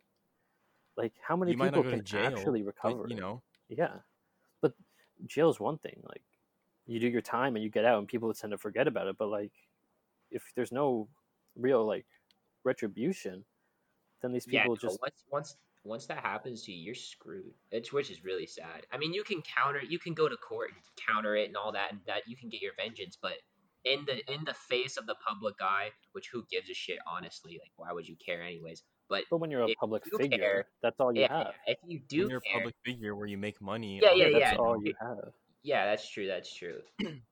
Speaker 3: Like how many
Speaker 1: you might
Speaker 3: people
Speaker 1: not go to
Speaker 3: can
Speaker 1: jail.
Speaker 3: actually recover?
Speaker 1: but, you
Speaker 3: it?
Speaker 1: know,
Speaker 3: Yeah. But jail's one thing. Like you do your time and you get out and people tend to forget about it. But like if there's no real like retribution, then these
Speaker 2: yeah,
Speaker 3: people
Speaker 2: no,
Speaker 3: just
Speaker 2: once once once that happens to you, you're screwed. It's which is really sad. I mean, you can counter, you can go to court and counter it and all that, and that you can get your vengeance. But in the in the face of the public eye, which who gives a shit, honestly? Like, why would you care anyways? But
Speaker 3: but when you're a
Speaker 2: if
Speaker 3: public
Speaker 2: you
Speaker 3: figure,
Speaker 2: care,
Speaker 3: that's all you
Speaker 2: yeah,
Speaker 3: have.
Speaker 2: if you
Speaker 1: when
Speaker 2: do
Speaker 1: you're a
Speaker 2: care,
Speaker 1: public figure where you make money.
Speaker 2: Yeah,
Speaker 1: off
Speaker 2: yeah,
Speaker 1: of
Speaker 3: that's
Speaker 1: it,
Speaker 2: yeah.
Speaker 3: all
Speaker 1: you
Speaker 3: you
Speaker 1: know,
Speaker 3: have.
Speaker 2: yeah, that's true. That's true.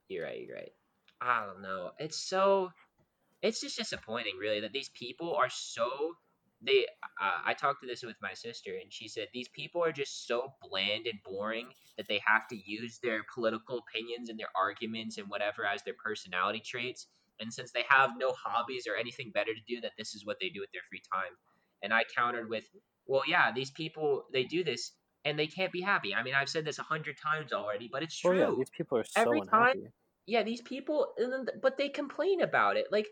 Speaker 2: you're right. You're right. I don't know. It's so. It's just disappointing, really, that these people are so. They. Uh, I talked to this with my sister, and she said these people are just so bland and boring that they have to use their political opinions and their arguments and whatever as their personality traits. And since they have no hobbies or anything better to do, that this is what they do with their free time. And I countered with, well, yeah, these people they do this and they can't be happy. I mean, I've said this a hundred times already, but it's
Speaker 3: Oh
Speaker 2: true
Speaker 3: yeah, these people are so
Speaker 2: Every time-
Speaker 3: unhappy.
Speaker 2: yeah these people and then th- but they complain about it like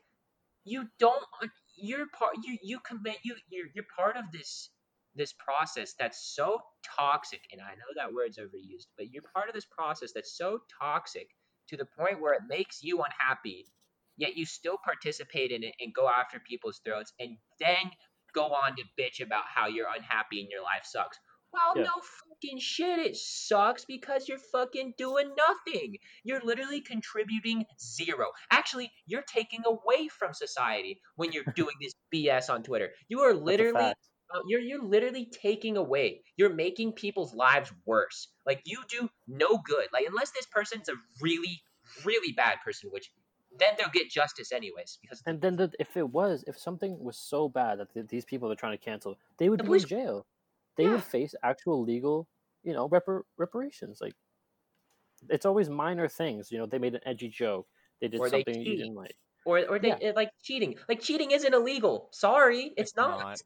Speaker 2: you don't un- you're part you you commit you you're, you're part of this this process that's so toxic and i know that word's overused but you're part of this process that's so toxic to the point where it makes you unhappy yet you still participate in it and go after people's throats and then go on to bitch about how you're unhappy and your life sucks well
Speaker 3: Yeah.
Speaker 2: no fucking shit it sucks because you're fucking doing nothing you're literally contributing zero. Actually, you're taking away from society when you're doing this BS on Twitter. You are
Speaker 3: That's a
Speaker 2: literally
Speaker 3: fact.
Speaker 2: uh, you're you're literally taking away. You're making people's lives worse. Like you do no good. Like unless this person's a really really bad person, which then they'll get justice anyways because
Speaker 3: And then the, if it was, if something was so bad that th- these people are trying to cancel, they would
Speaker 2: The
Speaker 3: be
Speaker 2: police-
Speaker 3: in jail. They
Speaker 2: Yeah.
Speaker 3: would face actual legal, you know, repar- reparations. Like it's always minor things. You know, they made an edgy joke. They did
Speaker 2: Or they
Speaker 3: something you
Speaker 2: cheat.
Speaker 3: didn't like,
Speaker 2: or or they uh, like cheating. Like cheating isn't illegal. Sorry, it's,
Speaker 1: it's
Speaker 2: not.
Speaker 1: not.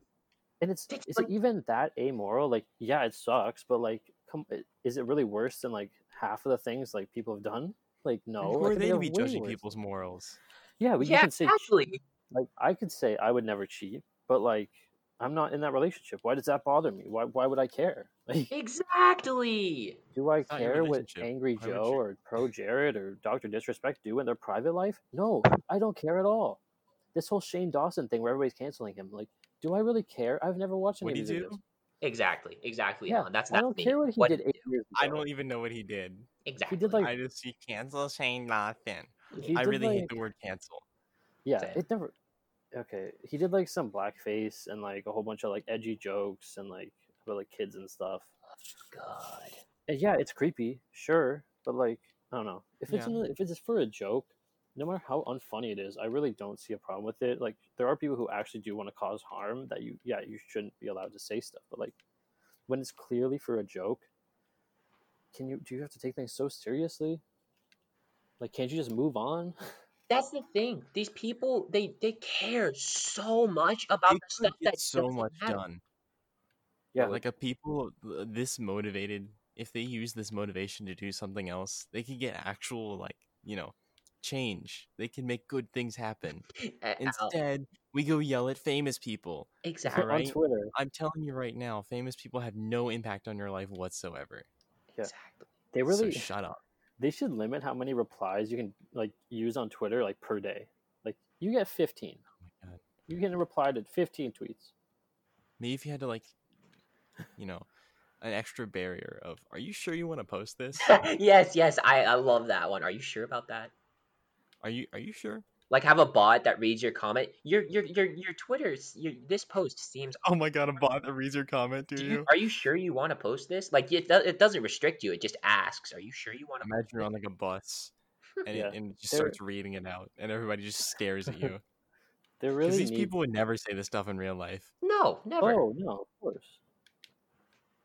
Speaker 3: and it's
Speaker 2: It's
Speaker 3: is
Speaker 2: like-
Speaker 3: it even that amoral? Like, yeah, it sucks, but like, come, i- is it really worse than like half of the things like people have done? Like, no,
Speaker 1: Who
Speaker 3: like,
Speaker 1: are they to
Speaker 3: have
Speaker 1: be
Speaker 3: way
Speaker 1: judging
Speaker 3: worse.
Speaker 1: people's morals?
Speaker 3: Yeah, we you
Speaker 2: Yeah,
Speaker 3: can say cheat.
Speaker 2: actually,
Speaker 3: like I could say I would never cheat, but like I'm not in that relationship. Why does that bother me? Why why would I care? Like
Speaker 2: exactly.
Speaker 3: do I
Speaker 1: not your
Speaker 3: care what
Speaker 1: relationship.
Speaker 3: Angry
Speaker 1: Why would
Speaker 3: Joe
Speaker 1: you?
Speaker 3: or Pro Jared or Dr. Disrespect do in their private life? No, I don't care at all. This whole Shane Dawson thing where everybody's canceling him, like, do I really care? I've never watched any
Speaker 1: What do you
Speaker 3: of his
Speaker 1: do?
Speaker 3: videos.
Speaker 2: Exactly. Exactly.
Speaker 3: Yeah,
Speaker 2: Alan. That's
Speaker 3: I
Speaker 2: not
Speaker 3: don't
Speaker 2: me.
Speaker 3: care what he did eight years ago.
Speaker 1: I don't even know what he did.
Speaker 2: Exactly.
Speaker 3: He did like
Speaker 1: I just see cancel Shane Lawson.
Speaker 3: he
Speaker 1: e, I
Speaker 3: did
Speaker 1: really hate
Speaker 3: like-
Speaker 1: the word cancel.
Speaker 3: yeah,
Speaker 2: Same.
Speaker 3: it never okay, he did like some blackface and like a whole bunch of like edgy jokes and like about like kids and stuff.
Speaker 2: God.
Speaker 3: And Uh, yeah, it's creepy, sure, but like I don't know if it's
Speaker 1: Yeah.
Speaker 3: another- if it's just for a joke. No matter how unfunny it is, I really don't see a problem with it. Like there are people who actually do want to cause harm that you yeah you shouldn't be allowed to say stuff, but like when it's clearly for a joke, can you do you have to take things so seriously? Like can't you just move on?
Speaker 2: That's the thing. These people, they they care so much about
Speaker 1: They
Speaker 2: the
Speaker 1: could
Speaker 2: stuff
Speaker 1: get
Speaker 2: that
Speaker 1: so
Speaker 2: doesn't
Speaker 1: much
Speaker 2: matter.
Speaker 1: done.
Speaker 3: yeah,
Speaker 1: Like a people uh, this motivated, if they use this motivation to do something else, they could get actual like you know change. They can make good things happen.
Speaker 2: Uh, uh,
Speaker 1: Instead, we go yell at famous people.
Speaker 2: exactly.
Speaker 3: on
Speaker 1: right?
Speaker 3: Twitter.
Speaker 1: I'm telling you right now, famous people have no impact on your life whatsoever.
Speaker 3: Yeah.
Speaker 2: Exactly.
Speaker 3: They really
Speaker 1: so shut up.
Speaker 3: they should limit how many replies you can like use on Twitter like per day. Like you get 15.
Speaker 1: Oh my god.
Speaker 3: You can reply to 15 tweets.
Speaker 1: Maybe if you had to like, you know, an extra barrier of, are you sure you want to post this?
Speaker 2: yes, yes, I, I love that one. Are you sure about that?
Speaker 1: Are you are you sure?
Speaker 2: Like have a bot that reads your comment. Your your your your Twitter's your this post seems
Speaker 1: Oh my god, a bot that reads your comment to
Speaker 2: do you, are you sure you want to post this? Like it, do- it doesn't restrict you. It just asks, are you sure you
Speaker 3: Mm.
Speaker 2: want to
Speaker 1: Imagine you're on like a bus and,
Speaker 3: Yeah,
Speaker 1: it, and it just
Speaker 3: they're-
Speaker 1: starts reading it out, and everybody just stares at you.
Speaker 3: They
Speaker 1: Because
Speaker 3: really
Speaker 1: these
Speaker 3: need...
Speaker 1: people would never say this stuff in real life.
Speaker 2: No, never.
Speaker 3: Oh, no, of course.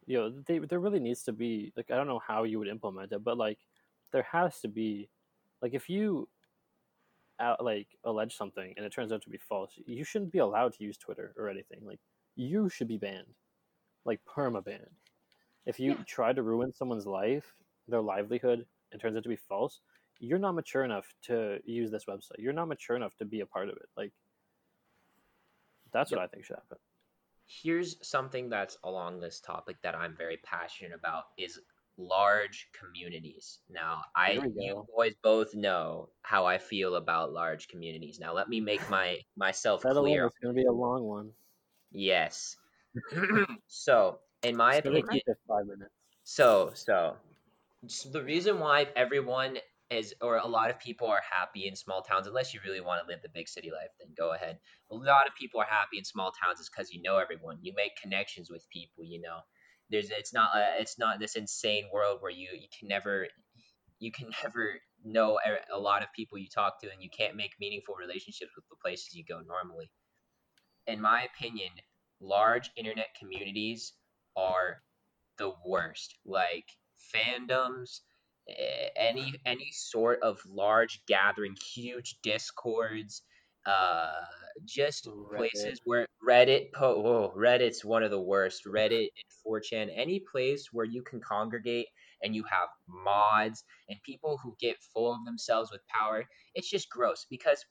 Speaker 3: You know, they, there really needs to be like I don't know how you would implement it, but like there has to be like if you out, like allege something and it turns out to be false, you shouldn't be allowed to use Twitter or anything. Like you should be banned. Like perma banned. If you
Speaker 2: Yeah.
Speaker 3: try to ruin someone's life, their livelihood, and turns out to be false, you're not mature enough to use this website. You're not mature enough to be a part of it. Like that's what I think should happen.
Speaker 2: Here's something that's along this topic that I'm very passionate about is large communities. Now, I
Speaker 3: There we
Speaker 2: you
Speaker 3: go.
Speaker 2: boys both know how I feel about large communities. Now, let me make my myself
Speaker 3: That alone
Speaker 2: clear.
Speaker 3: is going to be a long one.
Speaker 2: Yes. so, in my
Speaker 3: It's gonna
Speaker 2: opinion,
Speaker 3: keep it five minutes.
Speaker 2: so so s- the reason why everyone is or a lot of people are happy in small towns unless you really want to live the big city life then go ahead a lot of people are happy in small towns is because you know everyone you make connections with people you know there's it's not uh, it's not this insane world where you you can never you can never know e, a- a lot of people you talk to and you can't make meaningful relationships with the places you go normally in my opinion large internet communities are the worst. Like fandoms, eh, any any sort of large gathering, huge discords, uh, just
Speaker 3: Reddit.
Speaker 2: places where Reddit. Po- whoa, Reddit's one of the worst. Reddit and 4chan, any place where you can congregate and you have mods and people who get full of themselves with power. It's just gross because.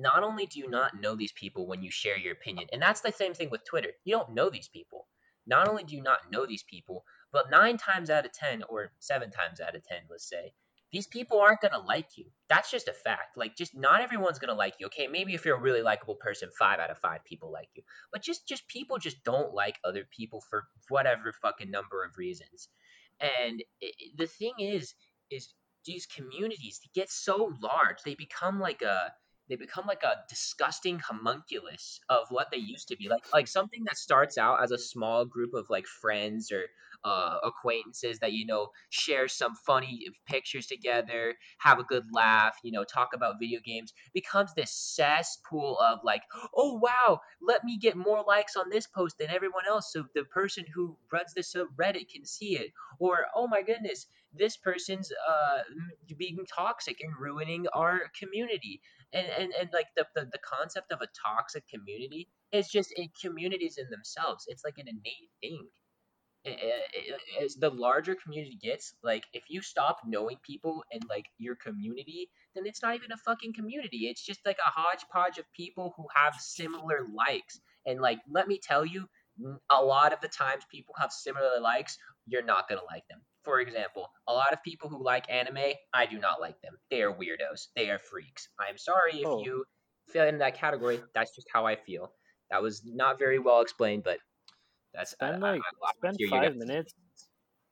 Speaker 2: Not only do you not know these people when you share your opinion, and that's the same thing with Twitter. You don't know these people not only do you not know these people, but nine times out of 10, or seven times out of 10, let's say, these people aren't going to like you. That's just a fact. Like, just not everyone's going to like you. Okay, maybe if you're a really likable person, five out of five people like you. But just, just people just don't like other people for whatever fucking number of reasons. And i i- the thing is, is these communities they get so large, they become like a, they become like a disgusting homunculus of what they used to be like like something that starts out as a small group of like friends or uh, acquaintances that you know share some funny pictures together have a good laugh you know talk about video games becomes this cesspool of like oh wow let me get more likes on this post than everyone else so the person who runs this subreddit can see it or oh my goodness this person's uh, m- being toxic and ruining our community and and, and like the, the the concept of a toxic community is just in communities in themselves it's like an innate thing I- I- I- as the larger community gets like if you stop knowing people and like your community then it's not even a fucking community it's just like a hodgepodge of people who have similar likes and like let me tell you n- a lot of the times people have similar likes you're not gonna like them for example a lot of people who like anime i do not like them they are weirdos they are freaks i'm sorry if
Speaker 3: Oh.
Speaker 2: you fell into that category that's just how i feel that was not very well explained but that's I-
Speaker 3: Spend
Speaker 2: I- I-
Speaker 3: like
Speaker 2: I
Speaker 3: spend
Speaker 2: hear you
Speaker 3: five
Speaker 2: guys.
Speaker 3: minutes.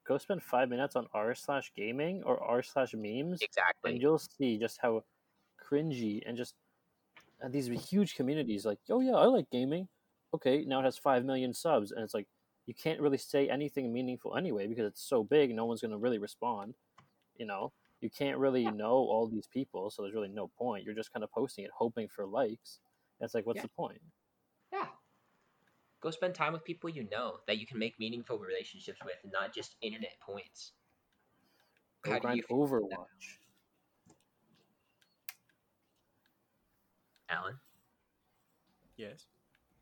Speaker 3: Go spend five minutes on r slash gaming or r slash memes,
Speaker 2: Exactly.
Speaker 3: and you'll see just how cringy and just and these huge communities like, oh yeah, I like gaming. Okay, now it has five million subs, and it's like you can't really say anything meaningful anyway because it's so big. No one's gonna really respond. You know, you can't really know all these people, so there's really no point. You're just kind of posting it, hoping for likes. That's like, what's
Speaker 2: Yeah.
Speaker 3: the point?
Speaker 2: Yeah. Go spend time with people you know that you can make meaningful relationships with, and not just internet points.
Speaker 3: Go
Speaker 2: How do
Speaker 3: grind
Speaker 2: you feel about that,
Speaker 3: Overwatch.
Speaker 2: Alan?
Speaker 1: Yes.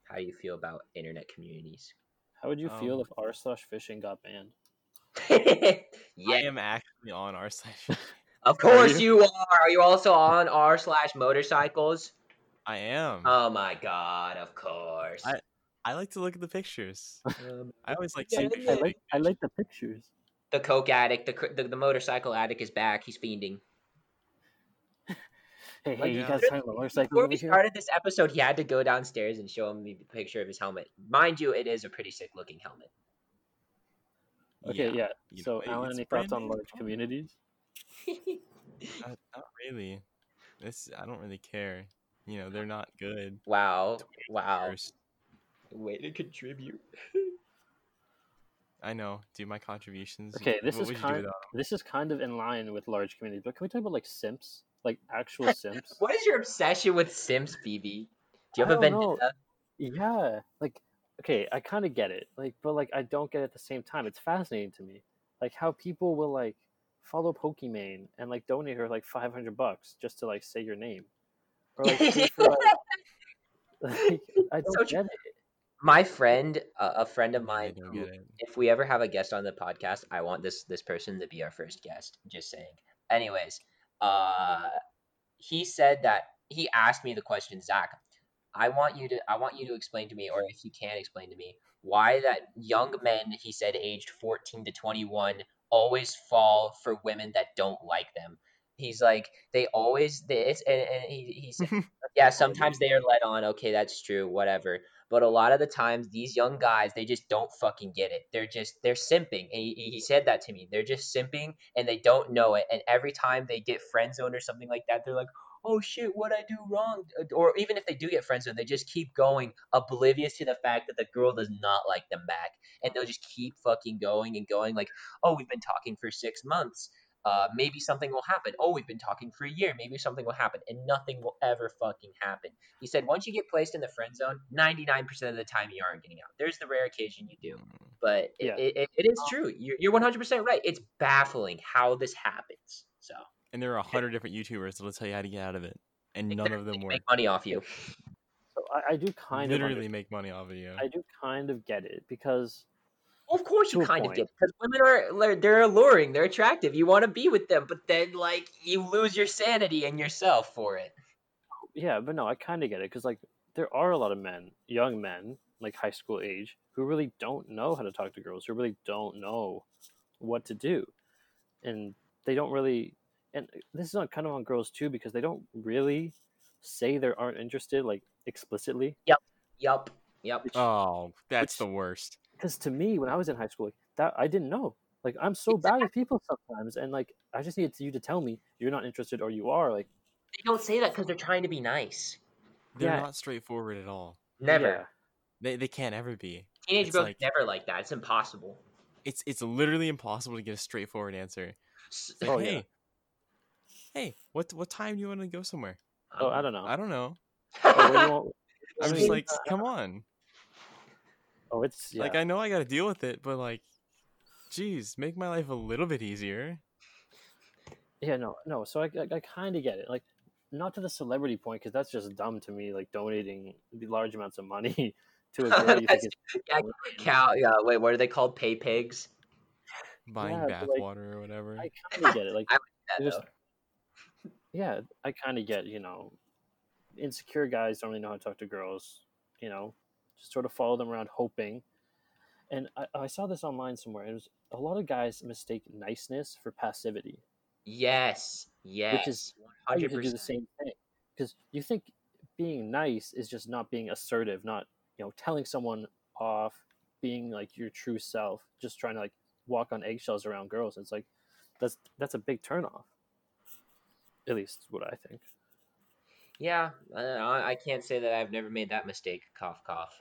Speaker 2: How do you feel about internet communities?
Speaker 3: How would you
Speaker 1: Um,
Speaker 3: feel if r slash fishing got banned?
Speaker 1: I
Speaker 2: yeah,
Speaker 1: am actually on our side.
Speaker 2: of course you are. Are you also on r slash motorcycles?
Speaker 1: I am.
Speaker 3: Uh,
Speaker 2: Oh my god, of course.
Speaker 1: I like to look at the pictures.
Speaker 2: Um,
Speaker 1: I always like
Speaker 2: Yeah,
Speaker 1: seeing
Speaker 2: I
Speaker 1: pictures.
Speaker 3: like I like the pictures.
Speaker 2: the coke addict, the, cr- the the motorcycle addict is back. He's fiending.
Speaker 3: Hey,
Speaker 1: Like,
Speaker 3: hey, you
Speaker 1: uh,
Speaker 3: guys trying to motorcycle
Speaker 2: Before
Speaker 3: over
Speaker 2: we
Speaker 3: here?
Speaker 2: started this episode, he had to go downstairs and show me the picture of his helmet. Mind you, it is a pretty sick looking helmet.
Speaker 3: Okay, yeah.
Speaker 1: you know,
Speaker 3: So,
Speaker 1: it-
Speaker 3: Alan,
Speaker 1: it's
Speaker 3: any thoughts
Speaker 1: brand
Speaker 3: on
Speaker 1: new
Speaker 3: large
Speaker 1: phone.
Speaker 3: communities?
Speaker 1: Uh, not really. This I don't really care. You know, they're not good.
Speaker 2: wow, wow.
Speaker 1: First,
Speaker 2: Way to contribute.
Speaker 1: I know. Do my contributions.
Speaker 3: Okay, this
Speaker 1: what
Speaker 3: is
Speaker 1: would you do
Speaker 3: kind-
Speaker 1: without 'em?
Speaker 3: This is kind of in line with large communities, but can we talk about like simps, like actual simps?
Speaker 2: What is your obsession with Sims, Phoebe? Do you
Speaker 3: I
Speaker 2: have a
Speaker 3: don't know.
Speaker 2: vendetta?
Speaker 3: Yeah, like okay, I kind of get it, like, but like I don't get it at the same time. It's fascinating to me, like how people will like follow Pokimane and like donate her like five hundred bucks just to like say your name, or like, pay for, like, like, I
Speaker 2: So
Speaker 3: don't
Speaker 2: true.
Speaker 3: get it.
Speaker 2: My friend, uh, a friend of
Speaker 1: Yeah, I
Speaker 2: mine,
Speaker 1: don't
Speaker 2: who-
Speaker 1: get it.
Speaker 2: if we ever have a guest on the podcast, I want this this person to be our first guest. Just saying. Anyways, uh, he said that he asked me the question, Zach. I want you to I want you to explain to me, or if you can explain to me, why that young men he said aged fourteen to twenty one always fall for women that don't like them. He's like they always they, it's and, and he, he said yeah sometimes they are led on okay that's true whatever but a lot of the times these young guys they just don't fucking get it they're just they're simping and he, he said that to me they're just simping and they don't know it and every time they get friend zoned or something like that they're like oh shit what i do wrong Uh, or even if they do get friend zoned they just keep going oblivious to the fact that the girl does not like them back and they'll just keep fucking going and going like oh we've been talking for six months uh, maybe something will happen. Oh, we've been talking for a year. Maybe something will happen, and nothing will ever fucking happen. He said, once you get placed in the friend zone, 99% of the time you aren't getting out. There's the rare occasion you do,
Speaker 1: Mm.
Speaker 2: but it,
Speaker 3: Yeah.
Speaker 2: it, it, it is true. You're, you're 100% right. It's baffling how this happens. So
Speaker 1: And there are a hundred different YouTubers that'll tell you how to get out of it, and none of them work.
Speaker 2: make money off you.
Speaker 3: So I, I do kind of
Speaker 1: Literally
Speaker 3: under-
Speaker 1: make money off of you.
Speaker 3: I do kind of get it because
Speaker 2: Well, of course, you
Speaker 3: To a
Speaker 2: kind of
Speaker 3: point.
Speaker 2: get because women are they're- they're alluring, they're attractive. You want to be with them, but then like you lose your sanity and yourself for it.
Speaker 3: yeah, but no, I kind of get it because like there are a lot of men, young men, like high school age, who really don't know how to talk to girls, who really don't know what to do, and they don't really. And uh, this is on kind of on girls too because they don't really say they aren't interested like explicitly.
Speaker 2: Yup, yup.
Speaker 1: oh, that's
Speaker 3: which-
Speaker 1: the worst.
Speaker 3: Because to me, when I was in high school, like, that I didn't know. Like I'm so bad with people sometimes, and like I just needed you to tell me you're not interested or you are. Like
Speaker 2: They don't say that because they're trying to be nice.
Speaker 1: They're
Speaker 3: Yeah.
Speaker 1: not straightforward at all.
Speaker 2: Never.
Speaker 3: yeah.
Speaker 1: They they can't ever be.
Speaker 2: Teenage
Speaker 1: It's
Speaker 2: girls
Speaker 1: like-
Speaker 2: never like that. It's impossible.
Speaker 1: It's it's literally impossible to get a straightforward answer.
Speaker 2: S-
Speaker 1: It's like,
Speaker 3: Oh, yeah.
Speaker 1: hey, hey, what what time do you want to go somewhere?
Speaker 3: Oh,
Speaker 2: um,
Speaker 3: I don't know.
Speaker 1: I don't know.
Speaker 3: Oh, what do you want-
Speaker 1: I'm
Speaker 3: I
Speaker 1: just
Speaker 3: mean,
Speaker 1: like, come on.
Speaker 3: oh, it's yeah.
Speaker 1: Like I know I got to deal with it, but like, geez, make my life a little bit easier.
Speaker 3: Yeah, no, no. So I, I, kind of get it. Like, not to the celebrity point because that's just dumb to me. Like donating the large amounts of money to a girl you think
Speaker 2: That's-
Speaker 3: is
Speaker 2: yeah, cow. Yeah, wait, what are they called? Pay pigs.
Speaker 1: Buying
Speaker 3: Yeah, but, like,
Speaker 1: bathwater or whatever.
Speaker 3: I kind of get it. Like,
Speaker 2: I Yeah,
Speaker 3: It was-
Speaker 2: though.
Speaker 3: yeah, I kind of get. You know, insecure guys don't really know how to talk to girls. You know, just sort of follow them around hoping. And I, I saw this online somewhere. It was a lot of guys mistake niceness for passivity.
Speaker 2: Yes, yes,
Speaker 3: is-
Speaker 2: one
Speaker 3: I
Speaker 2: hundred
Speaker 3: usually do the
Speaker 2: percent.
Speaker 3: same thing because you think being nice is just not being assertive, not you know telling someone off, being like your true self, just trying to like walk on eggshells around girls. It's like that's that's a big turnoff. At least what I think.
Speaker 2: Yeah, I, I I can't say that I've never made that mistake. Cough, cough.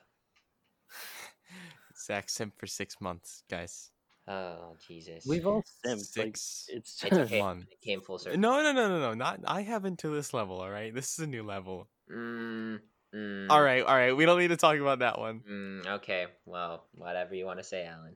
Speaker 1: Zach simp for six months, guys.
Speaker 2: Oh Jesus.
Speaker 3: We've all simped. Like,
Speaker 1: Six.
Speaker 3: it's
Speaker 2: It's okay.
Speaker 1: months.
Speaker 2: It came full circle.
Speaker 1: No, no, no, no, no. Not I haven't to this level. All right, this is a new level.
Speaker 2: Mm, mm,
Speaker 1: All right, all right. We don't need to talk about that one.
Speaker 2: Mm, okay. Well, whatever you want to say, Alan.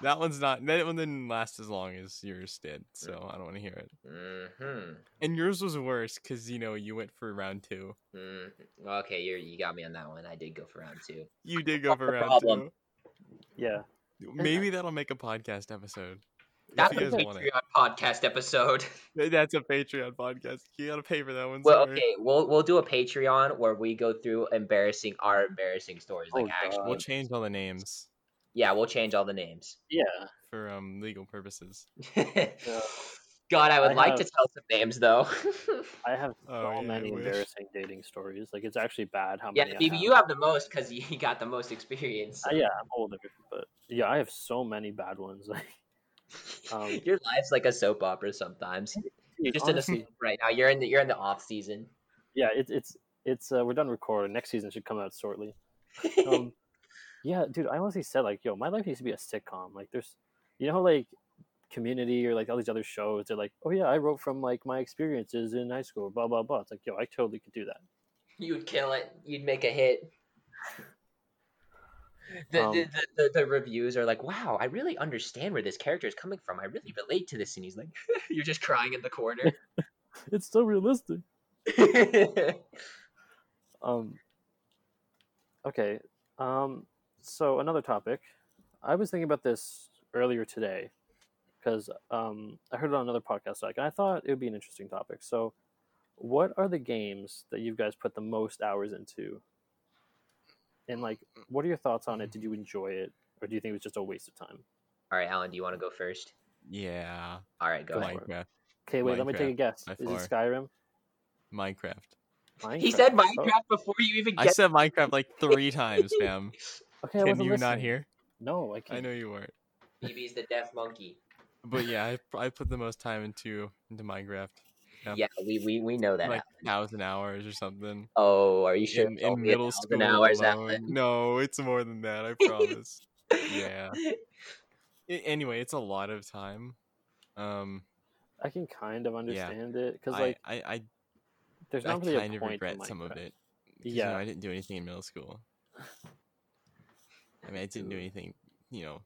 Speaker 1: That one's not. That one didn't last as long as yours did, so I don't want to hear it.
Speaker 2: Mm-hmm.
Speaker 1: And yours was worse because you know you went for round two.
Speaker 2: Mm, well, okay, you you got me on that one. I did go for round two.
Speaker 1: You did go for
Speaker 2: the
Speaker 1: round
Speaker 2: problem. Uh-huh.
Speaker 3: yeah.
Speaker 1: two. Maybe that'll make a podcast episode. If
Speaker 2: That's a
Speaker 1: you guys want
Speaker 2: Patreon
Speaker 1: it.
Speaker 2: podcast episode.
Speaker 1: That's a Patreon podcast. You gotta pay for that one.
Speaker 2: well,
Speaker 1: somewhere.
Speaker 2: okay, we'll we'll do a Patreon where we go through embarrassing our embarrassing stories. Like
Speaker 3: Oh,
Speaker 2: actually,
Speaker 3: God.
Speaker 1: We'll change all the names
Speaker 2: yeah, we'll change all the names.
Speaker 3: Yeah.
Speaker 1: for um legal purposes.
Speaker 2: God, I would
Speaker 3: I
Speaker 2: like to
Speaker 3: have-
Speaker 2: tell some names though.
Speaker 3: I have so
Speaker 1: Oh, yeah,
Speaker 3: many
Speaker 1: I wish.
Speaker 3: embarrassing dating stories. Like it's actually bad how
Speaker 2: yeah,
Speaker 3: many. I
Speaker 2: Phoebe, you have the most because you got the most experience.
Speaker 3: Uh, yeah, I'm older, but yeah, I have so many bad ones. Like um,
Speaker 2: Your life's like a soap opera sometimes. You're just in a
Speaker 3: honestly,
Speaker 2: slump right now. You're in the you're in the off season.
Speaker 3: yeah, it's it's it's uh, we're done recording. Next season should come out shortly. Um, yeah, dude, I honestly said like, yo, my life needs to be a sitcom. Like, there's, you know, how, like Community or like all these other shows. They're like, oh yeah, I wrote from like my experiences in high school, blah blah blah. It's like, yo, I totally could do that.
Speaker 2: You would kill it. You'd make a hit. The,
Speaker 3: Um,
Speaker 2: the, the, the, the reviews are like, wow, I really understand where this character is coming from. I really relate to this. And he's like, you're just crying in the corner.
Speaker 3: It's so realistic.
Speaker 2: mm-hmm.
Speaker 3: Um. Okay. Um. So another topic. I was thinking about this earlier today because um, I heard it on another podcast, like, and I thought it would be an interesting topic. So, what are the games that you guys put the most hours into? And like, what are your thoughts on it? Did you enjoy it, or do you think it was just a waste of time?
Speaker 2: All right, Alan, do you want to go first?
Speaker 1: Yeah,
Speaker 2: All right, go ahead.
Speaker 1: Minecraft.
Speaker 3: Okay, wait. let me take a
Speaker 1: Minecraft,
Speaker 3: guess.
Speaker 1: by
Speaker 3: Is it
Speaker 1: far.
Speaker 3: Skyrim?
Speaker 1: Minecraft.
Speaker 2: He said
Speaker 3: Minecraft. Oh,
Speaker 2: Minecraft before you even
Speaker 1: I
Speaker 2: get.
Speaker 1: said Minecraft like three times, fam.
Speaker 3: Oh, okay, I
Speaker 1: Can
Speaker 3: wasn't
Speaker 1: you not
Speaker 3: listening.
Speaker 1: hear?
Speaker 3: No, I can't.
Speaker 1: I know you weren't.
Speaker 2: Phoebe's the deaf monkey.
Speaker 1: But yeah, I, I put the most time into into Minecraft, Yeah.
Speaker 2: Yeah, we, we, we know that.
Speaker 1: like thousand hours or something.
Speaker 2: oh, are you sure?
Speaker 1: in,
Speaker 2: it's
Speaker 1: in
Speaker 2: only a
Speaker 1: middle
Speaker 2: thousand
Speaker 1: school
Speaker 2: hours,
Speaker 1: alone.
Speaker 2: Alan?
Speaker 1: No, it's more than that. I promise. yeah. I- anyway, it's a lot of time. Um,
Speaker 3: I can kind of understand it because
Speaker 1: I,
Speaker 3: like
Speaker 1: I, I,
Speaker 3: there's
Speaker 1: I
Speaker 3: not really
Speaker 1: kind
Speaker 3: a
Speaker 1: of
Speaker 3: point. in
Speaker 1: regret some of
Speaker 3: Minecraft.
Speaker 1: it. 'cause, you
Speaker 3: Yeah.
Speaker 1: know, I didn't do anything in middle school. I mean, I didn't do
Speaker 3: Ooh.
Speaker 1: anything. You know,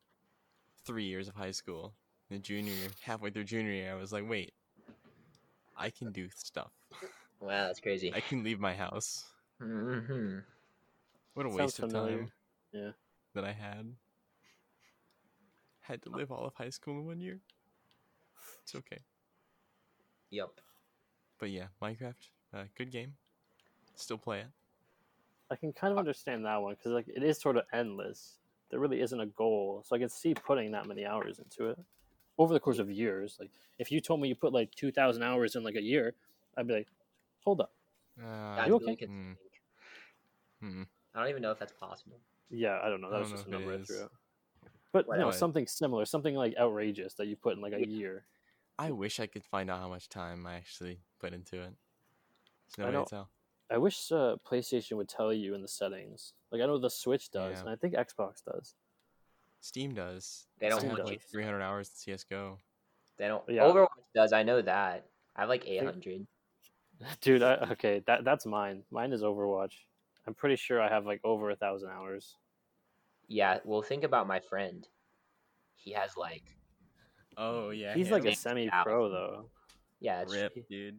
Speaker 1: three years of high school. The junior year, halfway through junior year, I was like, wait, I can do stuff.
Speaker 2: Wow, that's crazy.
Speaker 1: I can leave my house.
Speaker 2: hmm
Speaker 1: What a
Speaker 3: Sounds
Speaker 1: waste of
Speaker 3: familiar.
Speaker 1: time.
Speaker 3: Yeah.
Speaker 1: That I had. Had to live all of high school in one year. It's okay.
Speaker 2: Yep.
Speaker 1: But yeah, Minecraft, uh, good game. Still play it.
Speaker 3: I can kind of understand that one because like it is sort of endless. There really isn't a goal, so I can see putting that many hours into it over the course of years. Like if you told me you put like two thousand hours in like a year, I'd be like, hold up,
Speaker 1: Uh,
Speaker 2: That's
Speaker 3: you
Speaker 2: really
Speaker 3: okay?
Speaker 2: good to
Speaker 1: Mm.
Speaker 2: think.
Speaker 1: hmm.
Speaker 2: I don't even know if that's possible.
Speaker 3: yeah, I don't know,
Speaker 1: I
Speaker 3: that was
Speaker 1: don't
Speaker 3: just a
Speaker 1: know if it
Speaker 3: number I
Speaker 1: is.
Speaker 3: threw out. But no,
Speaker 1: Right.
Speaker 3: something similar, something like outrageous that you put in like a year.
Speaker 1: I wish I could find out how much time I actually put into it. There's no
Speaker 3: I
Speaker 1: way
Speaker 3: don't-
Speaker 1: to tell.
Speaker 3: I wish uh, PlayStation would tell you in the settings. Like I know the Switch does,
Speaker 1: Yeah.
Speaker 3: and I think Xbox does.
Speaker 1: Steam does.
Speaker 2: They don't
Speaker 1: Steam
Speaker 3: have
Speaker 1: had like
Speaker 2: those.
Speaker 1: 300 hours in CSGO.
Speaker 2: They don't.
Speaker 3: Yeah.
Speaker 2: Overwatch does. I know that. I have like 800.
Speaker 3: Dude, I, okay, that that's mine. Mine is Overwatch. I'm pretty sure I have like over a thousand hours.
Speaker 2: Yeah. Well, think about my friend. He has like.
Speaker 1: Oh, yeah.
Speaker 3: He's like a
Speaker 2: Hannibal's
Speaker 3: semi-pro
Speaker 2: out.
Speaker 3: though,
Speaker 2: Yeah. It's,
Speaker 1: dude.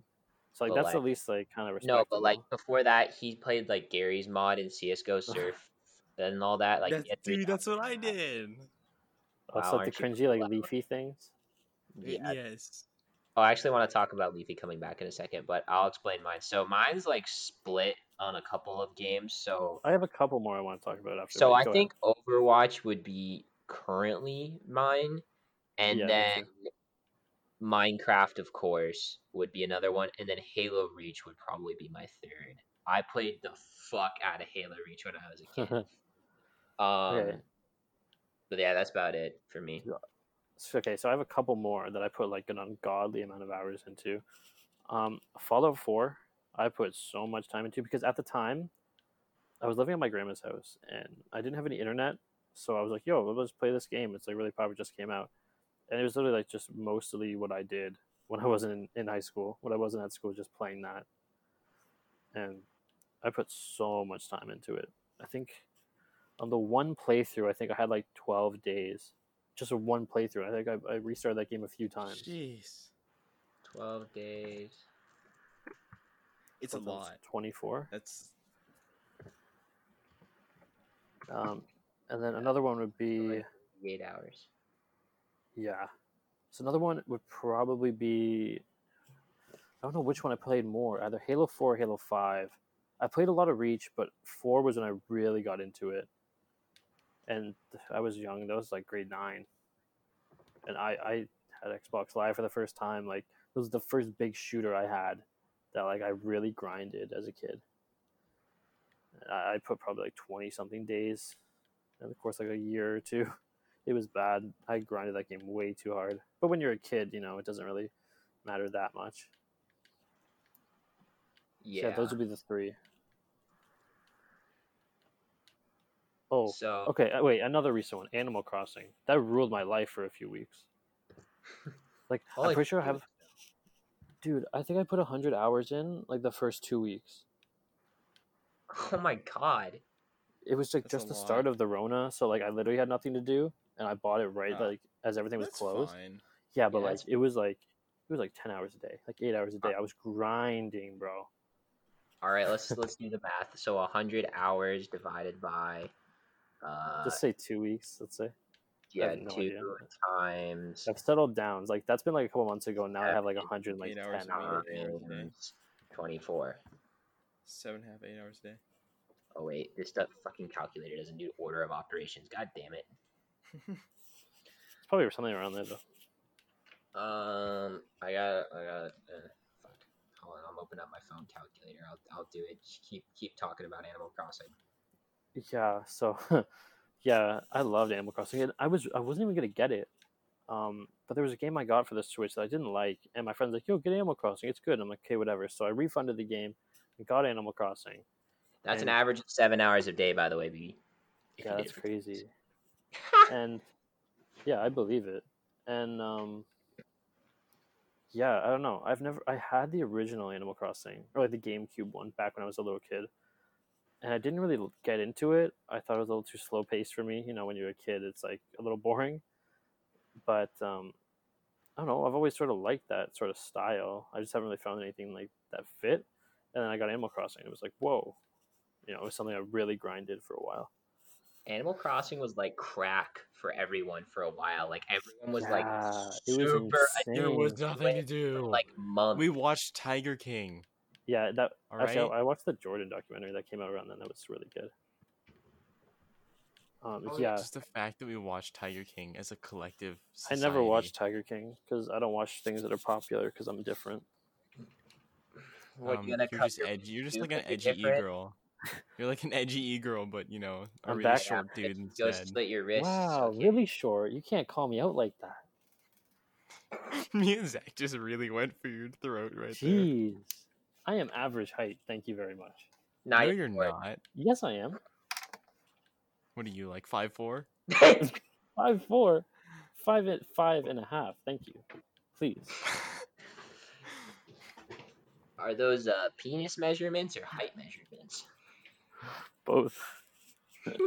Speaker 3: so like
Speaker 2: But,
Speaker 3: that's
Speaker 2: like-
Speaker 3: at least like kind of
Speaker 2: no, but like before that, he played like Gary's mod in CS:GO Surf and all that. Like, he had 3,000 hours.
Speaker 3: also
Speaker 2: wow,
Speaker 3: like the
Speaker 2: aren't
Speaker 3: cringy
Speaker 2: you
Speaker 3: like
Speaker 2: glad?
Speaker 3: leafy things.
Speaker 2: Yeah.
Speaker 1: Yes.
Speaker 2: Oh, I actually want to talk about Leafy coming back in a second, but I'll explain mine. So mine's like split on a couple of games. So
Speaker 3: I have a couple more I want to talk about after.
Speaker 2: So
Speaker 3: but
Speaker 2: I
Speaker 3: go ahead.
Speaker 2: think Overwatch would be currently mine, and
Speaker 3: Yeah, me
Speaker 2: then Minecraft, of course, would be another one, and then Halo Reach would probably be my third. I played the fuck out of Halo Reach when I was a kid. um,
Speaker 3: Okay.
Speaker 2: But yeah, that's about it for me.
Speaker 3: So- okay, so I have a couple more that I put like an ungodly amount of hours into. Um, Fallout Four, I put so much time into because at the time, I was living at my grandma's house and I didn't have any internet, so I was like, "Yo, let's play this game." It's like really popular, just came out, and it was literally like just mostly what I did when I wasn't in, in high school, when I wasn't at school, just playing that. And I put so much time into it. I think on the one playthrough, I think I had like twelve days, just a one playthrough. I think I, I restarted that game a few times.
Speaker 4: Jeez.
Speaker 2: Twelve days.
Speaker 4: It's a lot.
Speaker 3: Twenty four.
Speaker 4: That's
Speaker 3: Um, and then another one would be
Speaker 2: Eight hours.
Speaker 3: yeah. So another one would probably be I don't know which one I played more, either Halo Four, or Halo Five. I played a lot of Reach, but Four was when I really got into it, and I was young. That was like grade nine, and I I had Xbox Live for the first time. Like it was the first big shooter I had that like I really grinded as a kid. I I put probably like twenty something days, and of course like a year or two. It was bad. I grinded that game way too hard. But when you're a kid, you know it doesn't really matter that much. So,
Speaker 2: Yeah.
Speaker 3: those would be the three. Oh,
Speaker 2: so
Speaker 3: okay. uh, Wait, another recent one, Animal Crossing. That ruled my life for a few weeks. Like,
Speaker 2: All
Speaker 3: I'm
Speaker 2: I
Speaker 3: pretty sure I
Speaker 2: do
Speaker 3: have. Dude, I think I put 100 hours in, like, the first two weeks.
Speaker 2: Oh my god.
Speaker 3: It was, like,
Speaker 4: That's a
Speaker 3: just the start
Speaker 4: lot.
Speaker 3: of the Rona, so, like, I literally had nothing to do, and I bought it right,
Speaker 4: Ah.
Speaker 3: like, as everything was
Speaker 4: that's
Speaker 3: closed.
Speaker 4: fine.
Speaker 3: Yeah, but,
Speaker 2: Yeah,
Speaker 3: like,
Speaker 2: that's-
Speaker 3: it was, like, it was, like, 10 hours a day, like, 8 hours a day. I was grinding, bro.
Speaker 2: All right, let's let's do the math. So hundred hours divided by, uh,
Speaker 3: Just say two weeks, let's say.
Speaker 2: yeah,
Speaker 3: have no
Speaker 2: two
Speaker 3: idea.
Speaker 2: times
Speaker 3: I've settled down. It's Like, that's been, like, a couple months ago, and now I
Speaker 2: Yeah,
Speaker 3: have, like,
Speaker 2: eight-
Speaker 3: 110
Speaker 4: eight hours a week.
Speaker 3: hours.
Speaker 4: Yeah.
Speaker 2: times twenty-four.
Speaker 4: Seven and a half, eight hours a day.
Speaker 2: Oh wait, this stuff fucking calculator doesn't do order of operations. God damn it.
Speaker 3: It's probably something around there, though.
Speaker 2: Um, I got, I got, uh, fuck. Hold on, I'm opening up my phone calculator. I'll, I'll do it. Just keep, keep talking about Animal Crossing.
Speaker 3: Yeah, so yeah, I loved Animal Crossing. And I was I wasn't even gonna get it. Um, but there was a game I got for the Switch that I didn't like, and my friend's like, "Yo, get Animal Crossing. It's good." I'm like, "Okay, whatever." So I refunded the game and got Animal Crossing.
Speaker 2: That's an
Speaker 3: And-
Speaker 2: average of seven hours a day, by the way, B. if
Speaker 3: Yeah,
Speaker 2: you
Speaker 3: that's
Speaker 2: didn't-
Speaker 3: crazy. and yeah, I believe it. And um, yeah, I don't know. I've never I had the original Animal Crossing or like the GameCube one back when I was a little kid, and I didn't really l- get into it. I thought it was a little too slow paced for me. You know, when you're a kid, it's like a little boring. But um, I don't know. I've always sort of liked that sort of style. I just haven't really found anything like that fit. And then I got Animal Crossing. It was like, whoa, you know, it was something I really grinded for a while.
Speaker 2: Animal Crossing was like crack for everyone for a while. Like everyone was
Speaker 3: Yeah,
Speaker 2: like
Speaker 3: it was
Speaker 2: super
Speaker 1: There was
Speaker 3: Dang.
Speaker 1: nothing to
Speaker 2: Wait,
Speaker 1: do.
Speaker 2: like month.
Speaker 1: we watched Tiger King.
Speaker 3: Yeah, that
Speaker 1: All
Speaker 3: Actually,
Speaker 1: right?
Speaker 3: I I watched the Jordan documentary that came out around then. That was really good. Um,
Speaker 2: Oh,
Speaker 3: yeah,
Speaker 1: Just the fact that we watched Tiger King as a collective.
Speaker 3: I never
Speaker 1: society.
Speaker 3: watched Tiger King because I don't watch things that are popular because I'm different.
Speaker 2: We're
Speaker 1: Um,
Speaker 2: gonna
Speaker 1: you're
Speaker 2: cut
Speaker 1: just
Speaker 2: your-
Speaker 1: edgy. You're just
Speaker 2: you
Speaker 1: like an
Speaker 2: think
Speaker 1: edgy
Speaker 2: you're
Speaker 1: e
Speaker 2: different?
Speaker 1: girl. You're like an edgy e girl, but you know a
Speaker 3: I'm
Speaker 1: really
Speaker 3: back.
Speaker 1: short
Speaker 2: Yeah,
Speaker 1: dude
Speaker 2: go
Speaker 1: instead.
Speaker 2: slit your wrists.
Speaker 3: wow,
Speaker 2: okay.
Speaker 3: really short. You can't call me out like that.
Speaker 1: Me and Zach just really went for your throat right there.
Speaker 3: Jeez, I am average height. Thank you very much.
Speaker 2: Now
Speaker 1: no, you're
Speaker 2: bored.
Speaker 1: not.
Speaker 3: Yes, I am
Speaker 1: What are you like five four?
Speaker 3: five four, five at five and a half. Thank you. Please,
Speaker 2: Are those uh, penis measurements or height measurements?
Speaker 3: both.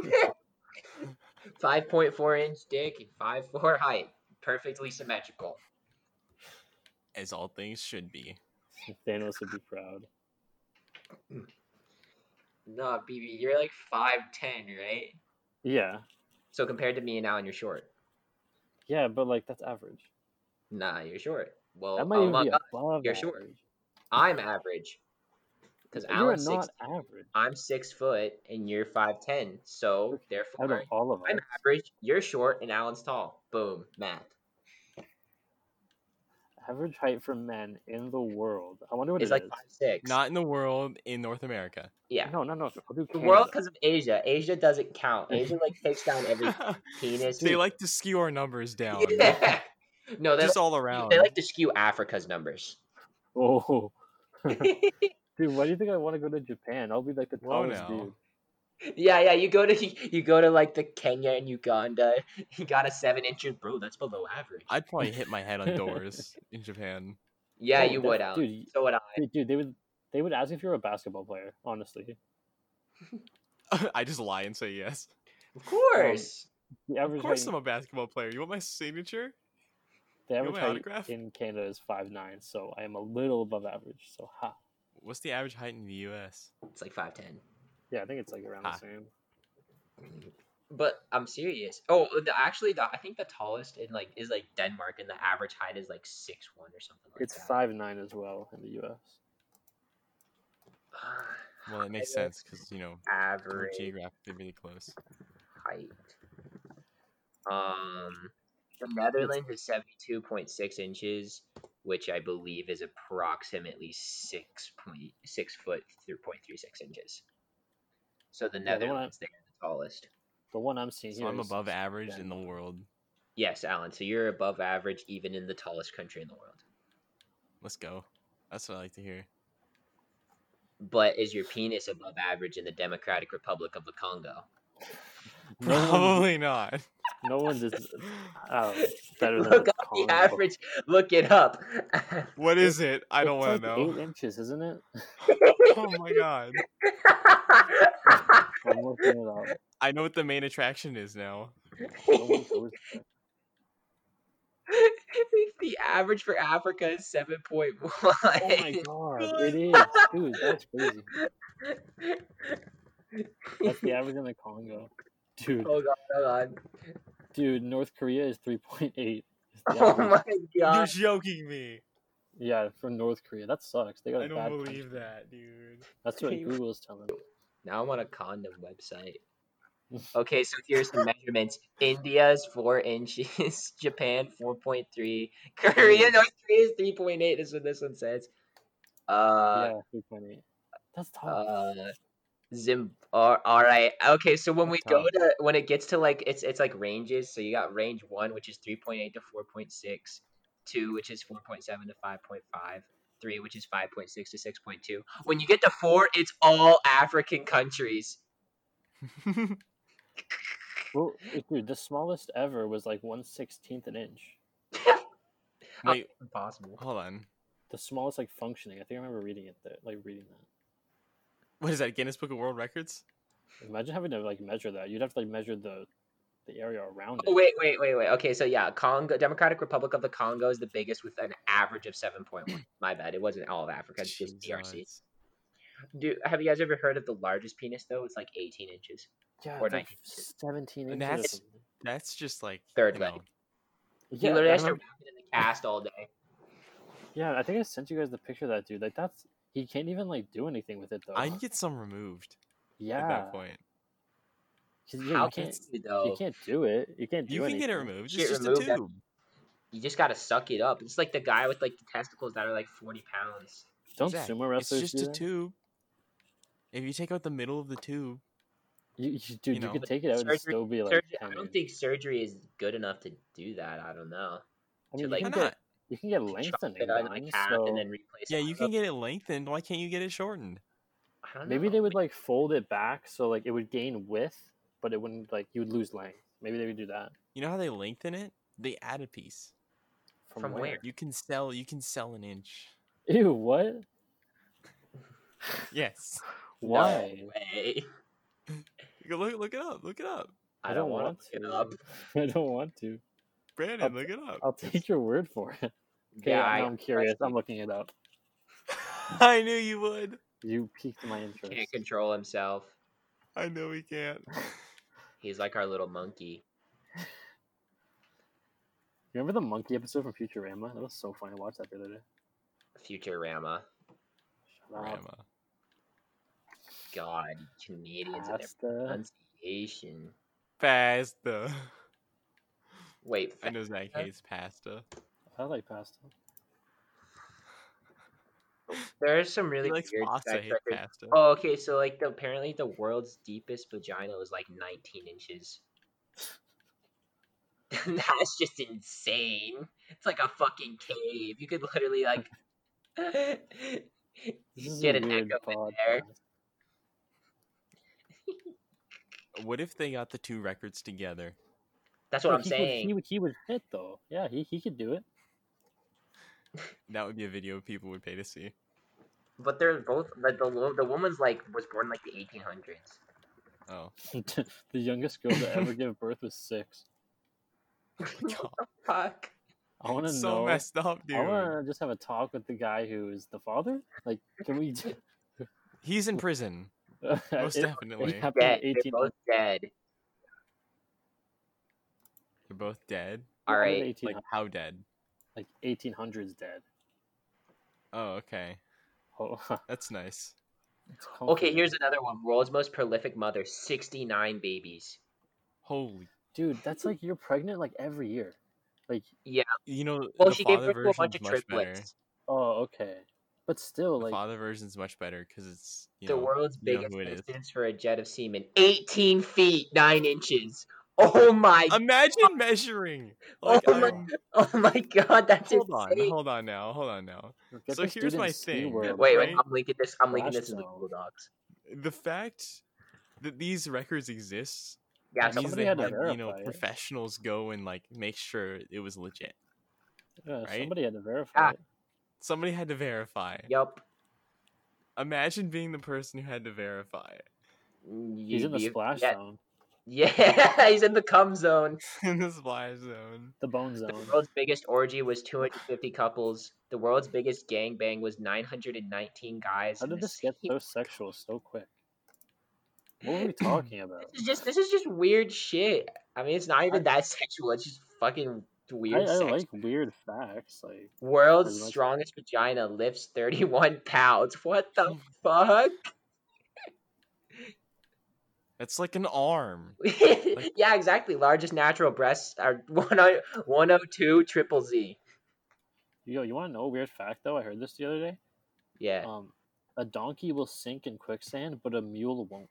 Speaker 2: Five point four inch dick and five four height, perfectly symmetrical.
Speaker 1: As all things should be.
Speaker 3: Thanos would be proud.
Speaker 2: No, BB, you're like five ten, right?
Speaker 3: Yeah,
Speaker 2: So compared to me and Alan, you're short.
Speaker 3: yeah, but like that's average.
Speaker 2: Nah, you're short. Well,
Speaker 3: That might
Speaker 2: oh
Speaker 3: even
Speaker 2: my
Speaker 3: be
Speaker 2: God,
Speaker 3: above
Speaker 2: you're short.
Speaker 3: average.
Speaker 2: I'm average. Because
Speaker 3: You are
Speaker 2: Alan's
Speaker 3: not
Speaker 2: six,
Speaker 3: average.
Speaker 2: I'm six foot and you're five ten. So
Speaker 3: Out of
Speaker 2: therefore,
Speaker 3: all of us,
Speaker 2: I'm average. You're short and Alan's tall. Boom, math.
Speaker 3: average height for men in the world. I wonder what
Speaker 2: It's
Speaker 3: it
Speaker 2: like
Speaker 3: is.
Speaker 2: five six.
Speaker 1: Not in the world, in North America.
Speaker 2: yeah.
Speaker 3: No, no, no. I'll do
Speaker 2: The world
Speaker 3: Canada.
Speaker 2: because of Asia. Asia doesn't count. Asia like takes down every penis.
Speaker 1: they like to skew our numbers down.
Speaker 2: Yeah. No, they
Speaker 1: Just all
Speaker 2: like,
Speaker 1: around.
Speaker 2: they like to skew Africa's numbers.
Speaker 3: Oh, Dude, why do you think I want to go to Japan? I'll be like the
Speaker 1: Whoa
Speaker 3: tallest
Speaker 1: now.
Speaker 3: dude.
Speaker 2: Yeah, yeah. You go to you go to like the Kenya and Uganda. You got a seven inch, bro. That's below average.
Speaker 1: I'd probably hit my head on doors in Japan.
Speaker 2: yeah,
Speaker 3: Oh,
Speaker 2: you would,
Speaker 3: that's-
Speaker 2: Alan.
Speaker 3: dude,
Speaker 2: so would I.
Speaker 3: Dude, dude, they would they would ask if you're a basketball player. Honestly,
Speaker 1: I just lie and say yes.
Speaker 2: Of course.
Speaker 3: the
Speaker 1: Of
Speaker 3: average
Speaker 1: course,
Speaker 3: height-
Speaker 1: I'm a basketball player. You want my signature?
Speaker 3: the
Speaker 1: want
Speaker 3: average
Speaker 1: my
Speaker 3: height
Speaker 1: autograph?
Speaker 3: in Canada is five nine, so I am a little above average. So ha,
Speaker 1: What's the average height in the U.S.?
Speaker 2: it's like five ten.
Speaker 3: yeah, I think it's like around
Speaker 1: Ha.
Speaker 3: the same.
Speaker 2: But I'm serious. Oh, the, actually, the, I think the tallest in like is like Denmark, and the average height is like six one or something like
Speaker 3: It's
Speaker 2: that.
Speaker 3: five nine as well in the U.S.
Speaker 1: Well, it makes
Speaker 2: Height
Speaker 1: sense because you know we're
Speaker 2: average
Speaker 1: geographically really close.
Speaker 2: height. Um, the Netherlands is seventy-two point six inches, which I believe is approximately six point six foot three point three six inches. So the
Speaker 3: Yeah, the one I-
Speaker 2: Netherlands, they're the tallest.
Speaker 3: The one I'm seeing
Speaker 1: So
Speaker 3: here
Speaker 1: I'm
Speaker 3: is-
Speaker 1: above average
Speaker 3: yeah.
Speaker 1: in the world.
Speaker 2: Yes, Alan. So you're above average, even in the tallest country in the world.
Speaker 1: Let's go. That's what I like to hear.
Speaker 2: But is your penis above average in the Democratic Republic of the Congo?
Speaker 3: No one-
Speaker 1: Probably not.
Speaker 3: No one is uh, better than
Speaker 2: Look
Speaker 3: a
Speaker 2: up the
Speaker 3: Congo.
Speaker 2: average. Look it up.
Speaker 1: What is it? I don't
Speaker 3: It's
Speaker 1: want to
Speaker 3: like
Speaker 1: know.
Speaker 3: Eight inches, isn't it?
Speaker 1: Oh my god!
Speaker 3: I'm looking it up.
Speaker 1: I know what the main attraction is now.
Speaker 3: No one goes there.
Speaker 2: the average for Africa is seven point one.
Speaker 3: Oh my god, it is, dude. That's crazy. That's the average in the Congo, dude.
Speaker 2: Oh god, hold on.
Speaker 3: Dude, North Korea is three point eight.
Speaker 2: Oh my
Speaker 1: You're
Speaker 2: god.
Speaker 1: joking me.
Speaker 3: Yeah, from North Korea. That sucks. They got a
Speaker 1: I
Speaker 3: bad
Speaker 1: don't
Speaker 3: country.
Speaker 1: believe that, dude.
Speaker 3: That's what Google is telling me.
Speaker 2: Now I'm on a condom website. Okay, so here's the measurements. India's four inches, Japan four point three, Korea,
Speaker 3: Mm.
Speaker 2: North Korea is three point eight. Is what this one says. Uh,
Speaker 3: yeah, three point eight. That's tough.
Speaker 2: uh Zim. All right. Okay. So when we go
Speaker 1: Tough.
Speaker 2: to when it gets to like it's it's like ranges. So you got range one, which is three point eight to four point six, two, which is four point seven to five point five, three, which is five point six to six point two. When you get to four, it's all African countries.
Speaker 3: well, it- dude, the smallest ever was like one sixteenth an inch.
Speaker 1: Wait,
Speaker 2: Impossible.
Speaker 1: hold on.
Speaker 3: The smallest like functioning. I think I remember reading it there, like reading that.
Speaker 1: What is that? Guinness Book of World Records?
Speaker 3: Imagine having to like measure that. You'd have to like measure the the area around
Speaker 2: Oh
Speaker 3: it.
Speaker 2: wait, wait, wait, wait. Okay, so yeah, Congo, Democratic Republic of the Congo is the biggest with an average of seven point one. My bad, it wasn't all of Africa, it's just DRC.
Speaker 1: Jesus.
Speaker 2: Do have you guys ever heard of the largest penis though? It's like eighteen inches.
Speaker 3: yeah,
Speaker 2: or
Speaker 3: it's, like
Speaker 2: 19.
Speaker 3: seventeen
Speaker 1: And
Speaker 3: inches. or
Speaker 1: that's-
Speaker 3: something.
Speaker 1: That's just like
Speaker 2: Third
Speaker 1: you
Speaker 2: leg.
Speaker 1: know,
Speaker 2: He
Speaker 3: Yeah, I
Speaker 2: literally has to
Speaker 3: remember-
Speaker 2: wrap it in the cast all day.
Speaker 3: yeah, I think I sent you guys the picture of that dude. Like that's he can't even like do anything with it though.
Speaker 1: I'd get some removed
Speaker 3: yeah,
Speaker 1: at that point.
Speaker 3: 'Cause, yeah,
Speaker 2: How
Speaker 3: you
Speaker 2: can
Speaker 3: can't
Speaker 2: you though?
Speaker 3: you can't do it. You can't do
Speaker 1: You can
Speaker 3: anything.
Speaker 1: get it removed.
Speaker 2: Get
Speaker 1: It's just
Speaker 2: removed,
Speaker 1: a
Speaker 2: that-
Speaker 1: tube.
Speaker 2: You just gotta suck it up. It's like the guy with like the testicles that are like forty pounds.
Speaker 3: Don't
Speaker 1: Zach,
Speaker 3: sumo wrestlers
Speaker 1: It's
Speaker 3: do
Speaker 1: just a
Speaker 3: that?
Speaker 1: tube. If you take out the middle of the tube,
Speaker 3: You, you, dude, you,
Speaker 1: know.
Speaker 3: could take it out
Speaker 2: Surgery-
Speaker 3: and still be like.
Speaker 2: Surgery, I
Speaker 3: hanging.
Speaker 2: don't think surgery is good enough to do that. I don't know.
Speaker 3: I mean,
Speaker 2: to, like,
Speaker 3: you,
Speaker 1: why
Speaker 3: can get,
Speaker 1: not?
Speaker 3: you can get
Speaker 2: Chop
Speaker 3: lengthening
Speaker 2: it out of the
Speaker 3: done.
Speaker 2: calf
Speaker 3: So
Speaker 2: and then replace.
Speaker 1: Yeah,
Speaker 2: it
Speaker 1: you
Speaker 2: with-
Speaker 1: can get it lengthened. Why can't you get it shortened?
Speaker 2: I don't
Speaker 3: maybe
Speaker 2: know.
Speaker 3: they would like fold it back so like it would gain width, but it wouldn't like you would lose length. Maybe they would do that.
Speaker 1: You know how they lengthen it? They add a piece.
Speaker 2: From
Speaker 1: You can sell. You can sell an inch.
Speaker 3: Ew, what?
Speaker 1: Yes.
Speaker 2: No
Speaker 3: Why?
Speaker 2: way.
Speaker 1: You can look. Look it up. Look it up.
Speaker 2: I
Speaker 3: I
Speaker 2: don't,
Speaker 3: don't
Speaker 2: want,
Speaker 3: want
Speaker 2: to. Look
Speaker 3: to.
Speaker 2: it up.
Speaker 3: I don't want to.
Speaker 1: Brandon, look it up.
Speaker 3: I'll take your word for it. Okay,
Speaker 2: yeah,
Speaker 3: now
Speaker 2: I,
Speaker 3: I'm curious. I'm looking it up.
Speaker 1: I knew you would.
Speaker 3: You piqued my
Speaker 2: He can't
Speaker 3: interest.
Speaker 2: control himself.
Speaker 1: I know we can't.
Speaker 2: He's like our little monkey.
Speaker 3: Remember the monkey episode from Futurama? That was so funny. I watched that the other day.
Speaker 2: Futurama.
Speaker 3: Shut up.
Speaker 1: Grandma.
Speaker 2: God, comedians and their
Speaker 3: Pasta.
Speaker 2: pronunciation.
Speaker 1: Pasta.
Speaker 2: Wait,
Speaker 1: I know Zach
Speaker 2: Pasta?
Speaker 1: hates pasta.
Speaker 3: I like pasta.
Speaker 2: there are some really
Speaker 1: He likes
Speaker 2: weird
Speaker 1: pasta.
Speaker 2: fact
Speaker 1: Hates
Speaker 2: records.
Speaker 1: pasta.
Speaker 2: Oh, okay. So like, the, apparently, the world's deepest vagina was like 19 inches. That's just insane. It's like a fucking cave. You could literally like,
Speaker 3: This is
Speaker 2: Get
Speaker 3: a
Speaker 2: an
Speaker 3: weird
Speaker 2: echo in
Speaker 3: pod.
Speaker 2: there. Oh.
Speaker 1: What if they got the two records together?
Speaker 2: That's what
Speaker 3: But
Speaker 2: I'm
Speaker 3: he
Speaker 2: saying.
Speaker 3: Would, he would he would fit though. Yeah, he, he could do it.
Speaker 1: That would be a video people would pay to see.
Speaker 2: But they're both like the wo- the woman's like was born like the 1800s.
Speaker 1: Oh,
Speaker 3: the youngest girl to ever give birth was six.
Speaker 2: what the fuck?
Speaker 3: I want to
Speaker 1: so
Speaker 3: know.
Speaker 1: messed up, dude.
Speaker 3: I want to just have a talk with the guy who is the father. Like, can we? Most
Speaker 1: He's in prison, most definitely.
Speaker 3: It happened
Speaker 2: Dead.
Speaker 3: in
Speaker 2: They're
Speaker 3: 18,
Speaker 2: both dead.
Speaker 1: They're both dead.
Speaker 2: All
Speaker 3: what are they,
Speaker 2: right.
Speaker 3: 18
Speaker 1: Like how dead?
Speaker 3: like 1800s dead.
Speaker 1: Oh, okay.
Speaker 3: Oh,
Speaker 1: That's nice.
Speaker 3: it's
Speaker 2: Okay,
Speaker 3: comforting.
Speaker 2: here's another one. World's most prolific mother, 69 babies.
Speaker 1: Holy,
Speaker 3: dude. That's like you're pregnant like every year. Like,
Speaker 2: Yeah.
Speaker 1: you know,
Speaker 2: Well,
Speaker 1: the
Speaker 2: she gave
Speaker 1: father
Speaker 2: birth to a
Speaker 1: version's
Speaker 2: bunch of
Speaker 1: much better.
Speaker 2: triplets.
Speaker 3: oh, okay, but still,
Speaker 1: The
Speaker 3: like,
Speaker 1: father version's much better because it's you
Speaker 2: the
Speaker 1: know,
Speaker 2: world's
Speaker 1: you know
Speaker 2: biggest
Speaker 1: who it is.
Speaker 2: instance for a jet of semen, 18 feet 9 inches. Oh my!
Speaker 1: Imagine measuring. Like,
Speaker 2: Oh my-
Speaker 1: I'm-
Speaker 2: oh my God, that's
Speaker 1: hold on,
Speaker 2: insane.
Speaker 1: hold on now, hold on now.
Speaker 3: get
Speaker 1: so
Speaker 3: this dude
Speaker 1: here's
Speaker 3: in
Speaker 1: my
Speaker 3: Sea
Speaker 1: thing.
Speaker 3: World,
Speaker 2: Wait, wait.
Speaker 1: right?
Speaker 2: I'm linking this. I'm linking
Speaker 3: Flash
Speaker 2: this in the
Speaker 3: though.
Speaker 2: Google Docs.
Speaker 1: The fact that these records exist
Speaker 2: Yeah,
Speaker 1: means
Speaker 2: somebody
Speaker 3: somebody
Speaker 1: they
Speaker 3: had to
Speaker 1: had, you know
Speaker 3: verify it.
Speaker 1: professionals go and like make sure it was legit.
Speaker 3: Yeah,
Speaker 1: right?
Speaker 3: Somebody had to verify.
Speaker 2: Ah.
Speaker 3: it.
Speaker 1: Somebody had to verify.
Speaker 2: Yup.
Speaker 1: Imagine being the person who had to verify. it.
Speaker 3: He's in the splash
Speaker 2: yeah,
Speaker 3: zone,
Speaker 2: Yeah, he's in the cum zone.
Speaker 1: in the splash zone.
Speaker 3: the bone
Speaker 2: The
Speaker 3: zone.
Speaker 2: world's biggest orgy was 250 couples. The world's biggest gangbang was 919 guys.
Speaker 3: How
Speaker 2: in
Speaker 3: did
Speaker 2: the
Speaker 3: this get
Speaker 2: same-
Speaker 3: so sexual so quick? What were we talking about?
Speaker 2: This is just this is just weird shit. I mean, it's not even that sexual. It's just fucking
Speaker 3: I,
Speaker 2: weird.
Speaker 3: I
Speaker 2: sex.
Speaker 3: like weird facts. Like,
Speaker 2: World's
Speaker 3: pretty much.
Speaker 2: strongest vagina lifts 31 pounds. What
Speaker 3: Oh
Speaker 2: the fuck?
Speaker 1: That's like an arm.
Speaker 2: yeah, exactly. Largest natural breasts are oh, 10- 102 triple Z.
Speaker 3: yo, you want to know a weird fact though? I heard this the other day.
Speaker 2: Yeah.
Speaker 3: Um, a donkey will sink in quicksand, but a mule won't.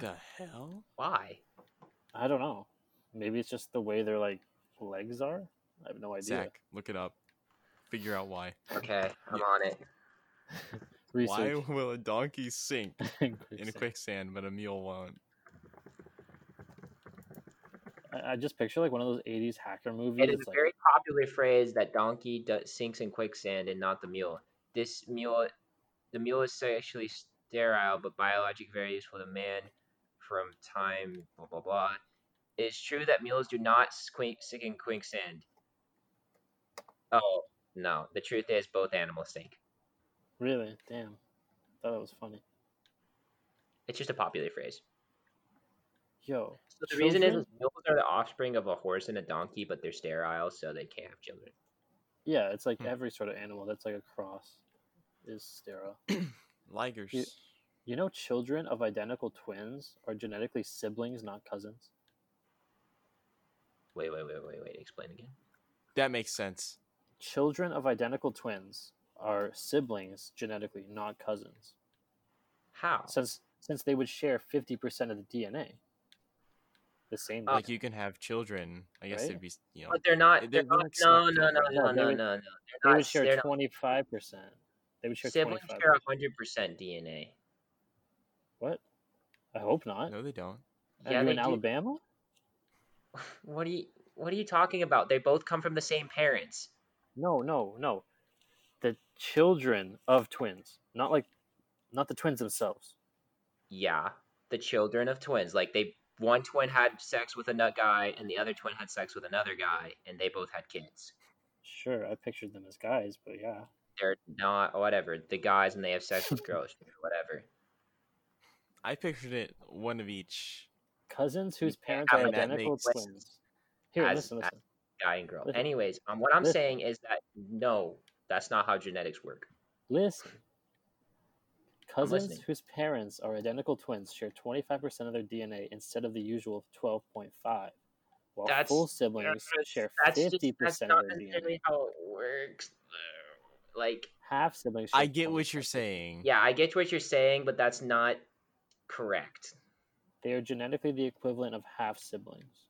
Speaker 1: The hell?
Speaker 2: Why?
Speaker 3: I don't know. Maybe it's just the way their like legs are. I have no idea.
Speaker 1: Zach, look it up. Figure out why.
Speaker 2: Okay, I'm
Speaker 1: Yeah.
Speaker 2: on it.
Speaker 1: Why
Speaker 3: Research.
Speaker 1: will a donkey sink
Speaker 3: in
Speaker 1: in a
Speaker 3: quicksand.
Speaker 1: quicksand but a mule won't?
Speaker 3: I, I just picture like one of those '80s hacker movies.
Speaker 2: It is a
Speaker 3: like,
Speaker 2: very popular phrase that donkey do- sinks in quicksand and not the mule. This mule, the mule is sexually sterile but biologic varies for the man from time. Blah blah blah. It is true that mules do not squink, sink in quicksand. Oh no, the truth is both animals sink.
Speaker 3: really, damn. Thought it was funny.
Speaker 2: It's just a popular phrase.
Speaker 3: Yo,
Speaker 2: So the reason is,
Speaker 3: Children?
Speaker 2: is mules are the offspring of a horse and a donkey, but they're sterile, so they can't have children.
Speaker 3: yeah, it's like
Speaker 1: Hmm.
Speaker 3: every sort of animal that's like a cross is sterile.
Speaker 1: Ligers.
Speaker 3: Yeah. You know, children of identical twins are genetically siblings, not cousins.
Speaker 2: Wait, wait, wait, wait, wait. Explain again.
Speaker 1: That makes sense.
Speaker 3: Children of identical twins are siblings genetically, not cousins.
Speaker 2: How?
Speaker 3: Since since they would share fifty percent of the DNA. The same
Speaker 2: Uh,
Speaker 3: thing.
Speaker 1: Like you can have children. I guess
Speaker 3: Right?
Speaker 1: it'd be s- you know.
Speaker 2: But they're not.
Speaker 1: They're-
Speaker 2: They're,
Speaker 1: they're
Speaker 2: not.
Speaker 1: like
Speaker 2: No,
Speaker 1: snuck
Speaker 2: no, no,
Speaker 1: children.
Speaker 2: no,
Speaker 3: No,
Speaker 2: no,
Speaker 3: they
Speaker 2: no,
Speaker 3: would-
Speaker 2: no. They're
Speaker 3: they
Speaker 2: not.
Speaker 3: would
Speaker 2: they're
Speaker 3: share
Speaker 2: not.
Speaker 3: twenty five percent. They would share twenty
Speaker 2: Siblings
Speaker 3: five
Speaker 2: share hundred percent DNA.
Speaker 3: what? I hope not.
Speaker 1: No, they don't.
Speaker 3: Are
Speaker 2: yeah,
Speaker 3: you
Speaker 2: they
Speaker 3: in
Speaker 2: do.
Speaker 3: Alabama?
Speaker 2: What are you? What are you talking about? They both come from the same parents.
Speaker 3: No, no, no. The children of twins. Not like not the twins themselves.
Speaker 2: Yeah, the children of twins. Like they, one twin had sex with another guy, and the other twin had sex with another guy, and they both had kids.
Speaker 3: Sure, I pictured them as guys, but yeah.
Speaker 2: They're not whatever the guys, and they have sex with girls, whatever.
Speaker 1: I pictured it one of each.
Speaker 3: cousins whose
Speaker 2: Yeah,
Speaker 3: parents
Speaker 1: I
Speaker 3: are
Speaker 1: mean, that
Speaker 3: identical
Speaker 1: makes
Speaker 2: sense.
Speaker 3: twins. Here,
Speaker 2: As-
Speaker 3: listen,
Speaker 2: as-
Speaker 3: listen.
Speaker 2: Guy and girl.
Speaker 3: Listen.
Speaker 2: Anyways, um, what I'm
Speaker 3: Listen.
Speaker 2: saying is that no, that's not how genetics work.
Speaker 3: Listen. Cousins
Speaker 2: listening.
Speaker 3: whose parents are identical twins share 25% of their DNA instead of the usual 12.5, while
Speaker 2: That's-
Speaker 3: full siblings
Speaker 2: that's-
Speaker 3: share
Speaker 2: that's
Speaker 3: 50%
Speaker 2: just that's
Speaker 3: of
Speaker 2: not
Speaker 3: their DNA.
Speaker 2: necessarily how it works. though. Like,
Speaker 3: Half siblings.
Speaker 1: I
Speaker 3: share
Speaker 1: get what you're
Speaker 3: 25%.
Speaker 1: saying.
Speaker 2: yeah, I get what you're saying, but that's not correct.
Speaker 3: They are genetically the equivalent of half siblings.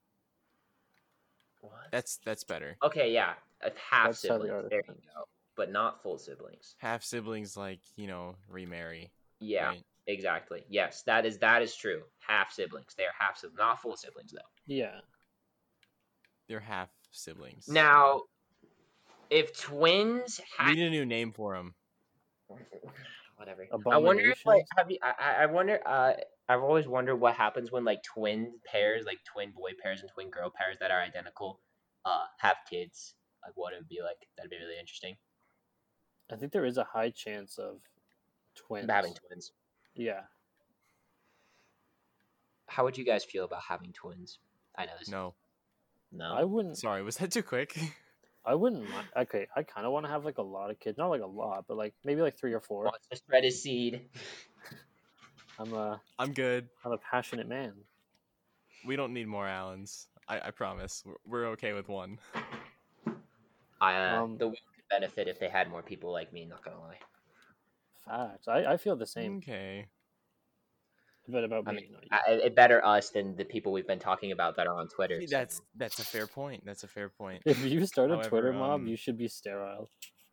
Speaker 2: What?
Speaker 1: That's that's better.
Speaker 2: okay. Yeah, a half
Speaker 3: That's how the
Speaker 2: siblings. There you
Speaker 3: artifact is.
Speaker 2: go. but not full siblings.
Speaker 1: Half siblings, like you know, remarry.
Speaker 2: Yeah,
Speaker 1: right?
Speaker 2: exactly. Yes, that is that is true. Half siblings. They are half siblings, not full siblings though.
Speaker 3: Yeah.
Speaker 1: They're half siblings. so-
Speaker 2: Now, if twins
Speaker 1: we
Speaker 2: had
Speaker 1: need a new name for them.
Speaker 2: whatever. I wonder if like have you? I- I, I wonder. Uh, I've always wondered what happens when like twin pairs, like twin boy pairs and twin girl pairs that are identical, uh, have kids. Like what it would be like. That'd be really interesting.
Speaker 3: I think there is a high chance of twins.
Speaker 2: Having twins.
Speaker 3: Yeah.
Speaker 2: How would you guys feel about having twins? I know this.
Speaker 1: No,
Speaker 2: no.
Speaker 3: I wouldn't.
Speaker 1: sorry, was that too quick?
Speaker 3: I wouldn't. Mind. Okay, I kind of want to have like a lot of kids, not like a lot, but like maybe like three or four.
Speaker 2: Wants to spread his seed.
Speaker 3: I'm a
Speaker 1: I'm good.
Speaker 3: I'm a passionate man.
Speaker 1: We don't need more Allens. I, I promise. We're, we're okay with one.
Speaker 2: I, uh,
Speaker 3: Um,
Speaker 2: the world could benefit if they had more people like me. Not gonna lie.
Speaker 3: Facts. I, I feel the same,
Speaker 1: Okay.
Speaker 3: but about
Speaker 2: I
Speaker 3: me.
Speaker 2: mean,
Speaker 3: not you.
Speaker 2: I, it better us than the people we've been talking about that are on Twitter.
Speaker 1: See,
Speaker 2: so-
Speaker 1: That's that's a fair point. That's a fair point.
Speaker 3: if you start a
Speaker 1: However,
Speaker 3: Twitter mob,
Speaker 1: um,
Speaker 3: you should be sterile.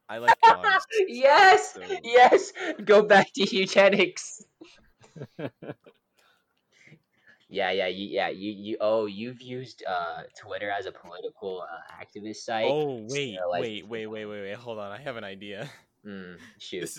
Speaker 1: I like dogs.
Speaker 2: yes,
Speaker 1: So-
Speaker 2: yes. Go back to eugenics. Yeah, yeah, you, yeah. You, you. Oh, you've used uh, Twitter as a political uh, activist site.
Speaker 1: Oh wait,
Speaker 2: sterilized
Speaker 1: wait, wait, wait, wait, wait. Hold on. I have an idea.
Speaker 2: Mm, shoot.
Speaker 1: This